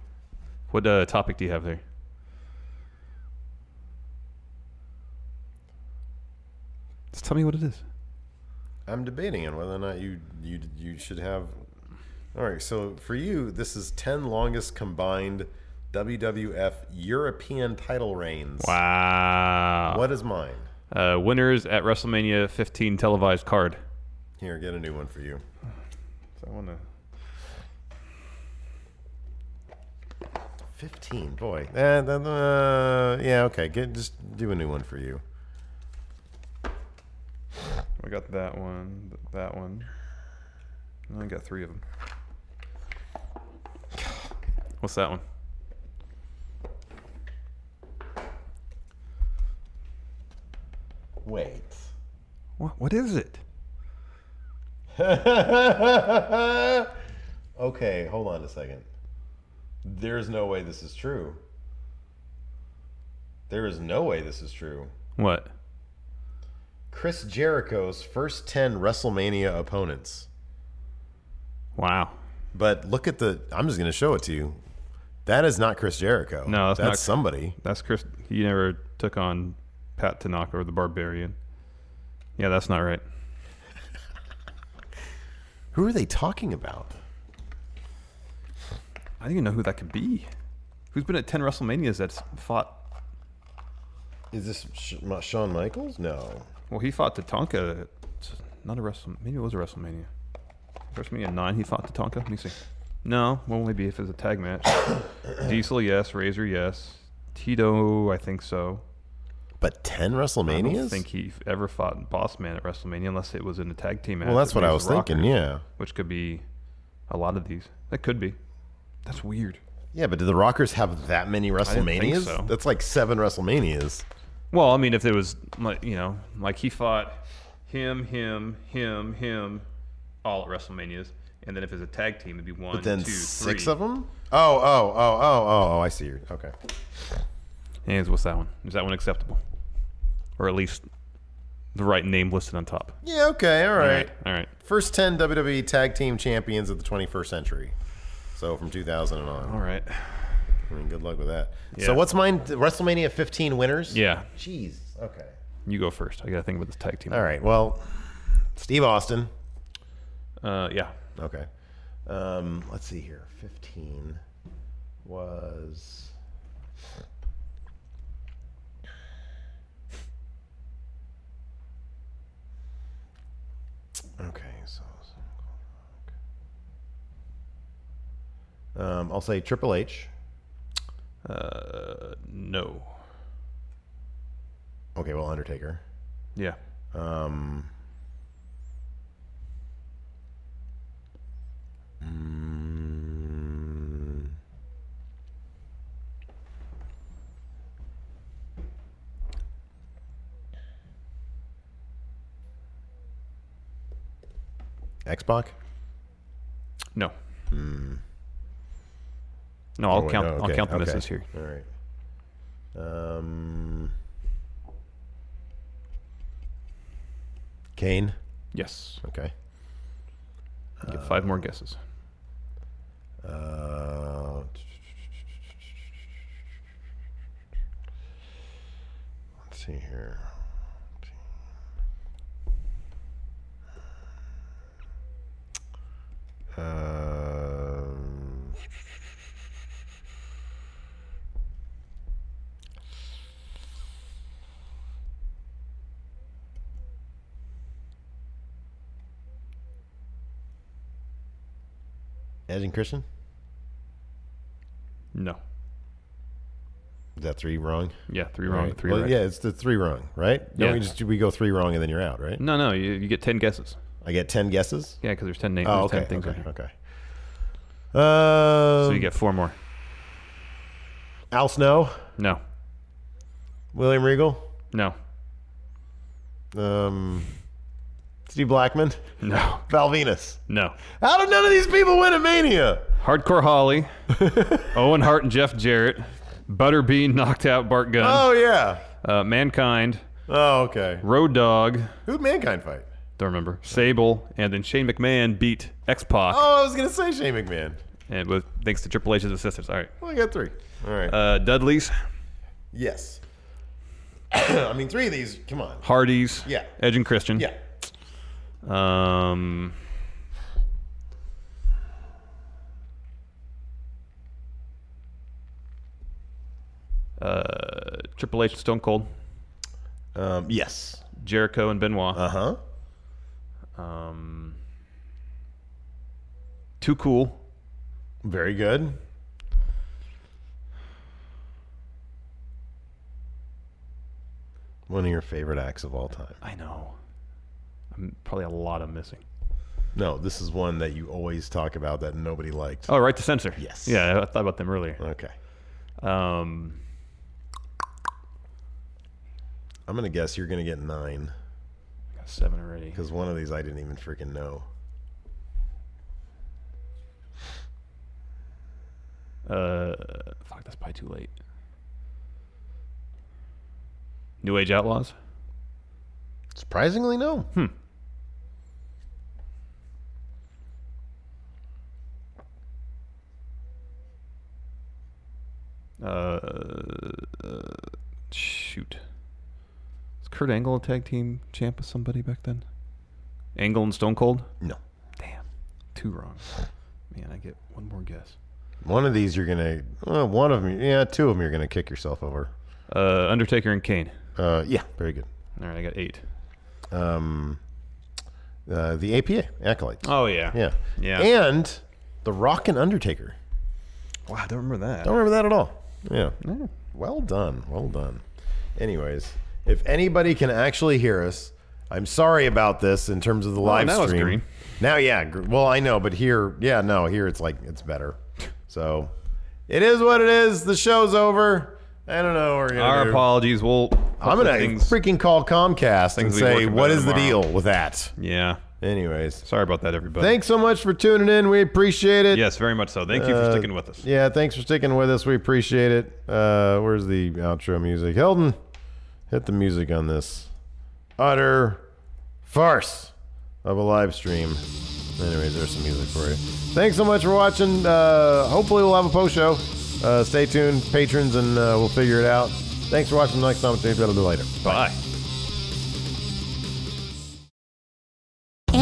Speaker 12: What uh, topic do you have there? Just tell me what it is.
Speaker 11: I'm debating on whether or not you you you should have. All right, so for you, this is ten longest combined WWF European title reigns.
Speaker 12: Wow.
Speaker 11: What is mine?
Speaker 12: Uh, winners at WrestleMania 15 televised card.
Speaker 11: Here, get a new one for you.
Speaker 12: So I want to.
Speaker 11: Fifteen, boy. Uh, th- uh, yeah, okay. Get just do a new one for you.
Speaker 12: I got that one, th- that one. And I got three of them. What's that one?
Speaker 11: Wait.
Speaker 12: What, what is it?
Speaker 11: okay, hold on a second. There's no way this is true. There is no way this is true.
Speaker 12: What?
Speaker 11: Chris Jericho's first 10 WrestleMania opponents.
Speaker 12: Wow.
Speaker 11: But look at the. I'm just going to show it to you. That is not Chris Jericho.
Speaker 12: No, that's,
Speaker 11: that's
Speaker 12: not,
Speaker 11: somebody.
Speaker 12: That's Chris. He never took on Pat Tanaka or the Barbarian. Yeah, that's not right.
Speaker 11: Who are they talking about?
Speaker 12: I don't even know who that could be. Who's been at ten WrestleManias that's fought?
Speaker 11: Is this Sh- Ma- Shawn Michaels? No.
Speaker 12: Well, he fought Tatanka. at- Not a Wrestle. Maybe it was a WrestleMania. WrestleMania nine. He fought Tatanka. Let me see. No, will only be if it's a tag match. Diesel, yes. Razor, yes. Tito, I think so.
Speaker 11: But ten
Speaker 12: I don't
Speaker 11: WrestleManias?
Speaker 12: think he ever fought Boss Man at WrestleMania unless it was in a tag team match.
Speaker 11: Well, that's
Speaker 12: with
Speaker 11: what I
Speaker 12: Razor
Speaker 11: was thinking,
Speaker 12: Rocker,
Speaker 11: yeah.
Speaker 12: Which could be a lot of these. That could be. That's weird.
Speaker 11: Yeah, but do the Rockers have that many
Speaker 12: didn't
Speaker 11: WrestleManias?
Speaker 12: think so.
Speaker 11: That's like seven WrestleManias.
Speaker 12: Well, I mean, if it was like you know, like he fought him, him, him, him, all at WrestleManias, and then if it's a tag team, it'd be one,
Speaker 11: but then
Speaker 12: two,
Speaker 11: six
Speaker 12: three.
Speaker 11: of them? Oh, oh, oh, oh, oh, oh! I see. you okay.
Speaker 12: And what's that one? Is that one acceptable, or at least the right name listed on top?
Speaker 11: Yeah. Okay. All
Speaker 12: All
Speaker 11: right.
Speaker 12: right, all right.
Speaker 11: First ten WWE Tag Team Champions of the 21st century. So from 2000 and on. All
Speaker 12: right.
Speaker 11: I mean, good luck with that.
Speaker 12: Yeah.
Speaker 11: So what's mine? WrestleMania 15 winners.
Speaker 12: Yeah.
Speaker 11: Jeez. Okay.
Speaker 12: You go first. I got to think about this tag team.
Speaker 11: All right. Well, Steve Austin.
Speaker 12: Uh, yeah.
Speaker 11: Okay. Um, let's see here. 15 was. Okay, so. Um, I'll say Triple H.
Speaker 12: Uh, no.
Speaker 11: Okay, well, Undertaker.
Speaker 12: Yeah.
Speaker 11: Um. mm, Xbox?
Speaker 12: No. Hmm. No, I'll
Speaker 11: Oh, wait,
Speaker 12: count.
Speaker 11: no,
Speaker 12: I'll
Speaker 11: okay,
Speaker 12: count the
Speaker 11: okay.
Speaker 12: misses here.
Speaker 11: All right. Um, Kane.
Speaker 12: Yes.
Speaker 11: Okay.
Speaker 12: You get five more guesses.
Speaker 11: Uh, let's see here. Um, Edge and Christian?
Speaker 12: No.
Speaker 11: Is that three wrong?
Speaker 12: Yeah, three wrong,
Speaker 11: Right.
Speaker 12: three
Speaker 11: Well,
Speaker 12: right.
Speaker 11: Yeah, it's the three wrong, right? Don't
Speaker 12: Yeah.
Speaker 11: we just we go three wrong and then you're out, right?
Speaker 12: No, no. You, you get ten guesses.
Speaker 11: I get ten guesses.
Speaker 12: Yeah, because there's ten names.
Speaker 11: Oh,
Speaker 12: there's
Speaker 11: okay,
Speaker 12: ten things
Speaker 11: okay,
Speaker 12: on
Speaker 11: here. Okay.
Speaker 12: so
Speaker 11: Um,
Speaker 12: you get four more.
Speaker 11: Al Snow.
Speaker 12: No.
Speaker 11: William Regal.
Speaker 12: No.
Speaker 11: Um, Steve Blackman.
Speaker 12: No.
Speaker 11: Val Venus.
Speaker 12: No.
Speaker 11: How did none of these people win a Mania?
Speaker 12: Hardcore Holly, Owen Hart and Jeff Jarrett, Butterbean knocked out Bart Gunn.
Speaker 11: Oh, yeah.
Speaker 12: Uh, Mankind.
Speaker 11: Oh okay.
Speaker 12: Road Dog.
Speaker 11: Who'd Mankind fight?
Speaker 12: Don't remember. Sable, and then Shane McMahon beat X Pac,
Speaker 11: Oh, I was gonna say Shane McMahon.
Speaker 12: and with thanks to Triple H's assistance. All right.
Speaker 11: Well, I got three. All right.
Speaker 12: Uh, Dudley's,
Speaker 11: yes. I mean, three of these. Come on.
Speaker 12: Hardy's,
Speaker 11: Yeah.
Speaker 12: Edge and Christian,
Speaker 11: Yeah.
Speaker 12: Um. Uh, Triple H and Stone Cold.
Speaker 11: Um, yes.
Speaker 12: Jericho and Benoit.
Speaker 11: Uh
Speaker 12: huh. Um. Too cool.
Speaker 11: Very good. One of your favorite acts of all time.
Speaker 12: I know. I'm probably a lot of missing.
Speaker 11: No, this is one that you always talk about that nobody liked.
Speaker 12: Oh, right to censor.
Speaker 11: Yes.
Speaker 12: Yeah, I thought about them earlier.
Speaker 11: Okay.
Speaker 12: Um,
Speaker 11: I'm gonna guess you're gonna get nine.
Speaker 12: got seven already.
Speaker 11: Because one of these I didn't even freaking know.
Speaker 12: uh, fuck, that's probably too late. New Age Outlaws.
Speaker 11: Surprisingly, no.
Speaker 12: Hmm. Uh, uh, shoot. Was Kurt Angle a tag team champ with somebody back then? Angle and Stone Cold?
Speaker 11: No.
Speaker 12: Damn. Two wrong. Man, I get one more guess.
Speaker 11: One of these you're gonna. Uh, one of them, yeah, two of them you're gonna kick yourself over.
Speaker 12: Uh, Undertaker and Kane.
Speaker 11: Uh, yeah, very good.
Speaker 12: All right, I got eight.
Speaker 11: Um, uh, the APA acolytes.
Speaker 12: Oh, yeah.
Speaker 11: yeah,
Speaker 12: Yeah.
Speaker 11: and the Rock and Undertaker.
Speaker 12: Wow, I don't remember that.
Speaker 11: Don't remember that at all. Yeah. Well done. Well done. Anyways, if anybody can actually hear us, I'm sorry about this in terms of the live
Speaker 12: now it's
Speaker 11: stream.
Speaker 12: green.
Speaker 11: Now, yeah. gr- Well, I know, but here, yeah, no, here it's like it's better. So, It is what it is. The show's over. I don't know. What we're gonna
Speaker 12: Our
Speaker 11: do.
Speaker 12: apologies. We'll.
Speaker 11: I'm gonna freaking call Comcast and
Speaker 12: things we
Speaker 11: say,
Speaker 12: working
Speaker 11: "What
Speaker 12: better
Speaker 11: is the
Speaker 12: tomorrow."
Speaker 11: deal with that?"
Speaker 12: Yeah.
Speaker 11: Anyways,
Speaker 12: sorry about that, everybody.
Speaker 11: Thanks so much for tuning in. We appreciate it.
Speaker 12: Yes, very much so. Thank you for
Speaker 11: Uh,
Speaker 12: sticking with us.
Speaker 11: Yeah, thanks for sticking with us. We appreciate it. Uh, where's the outro music? Hilton, hit the music on this utter farce of a live stream. Anyways, there's some music for you. Thanks so much for watching. Uh, hopefully, we'll have a post show. Uh, stay tuned, patrons, and uh, we'll figure it out. Thanks for watching. Next time, we'll be later.
Speaker 12: Bye.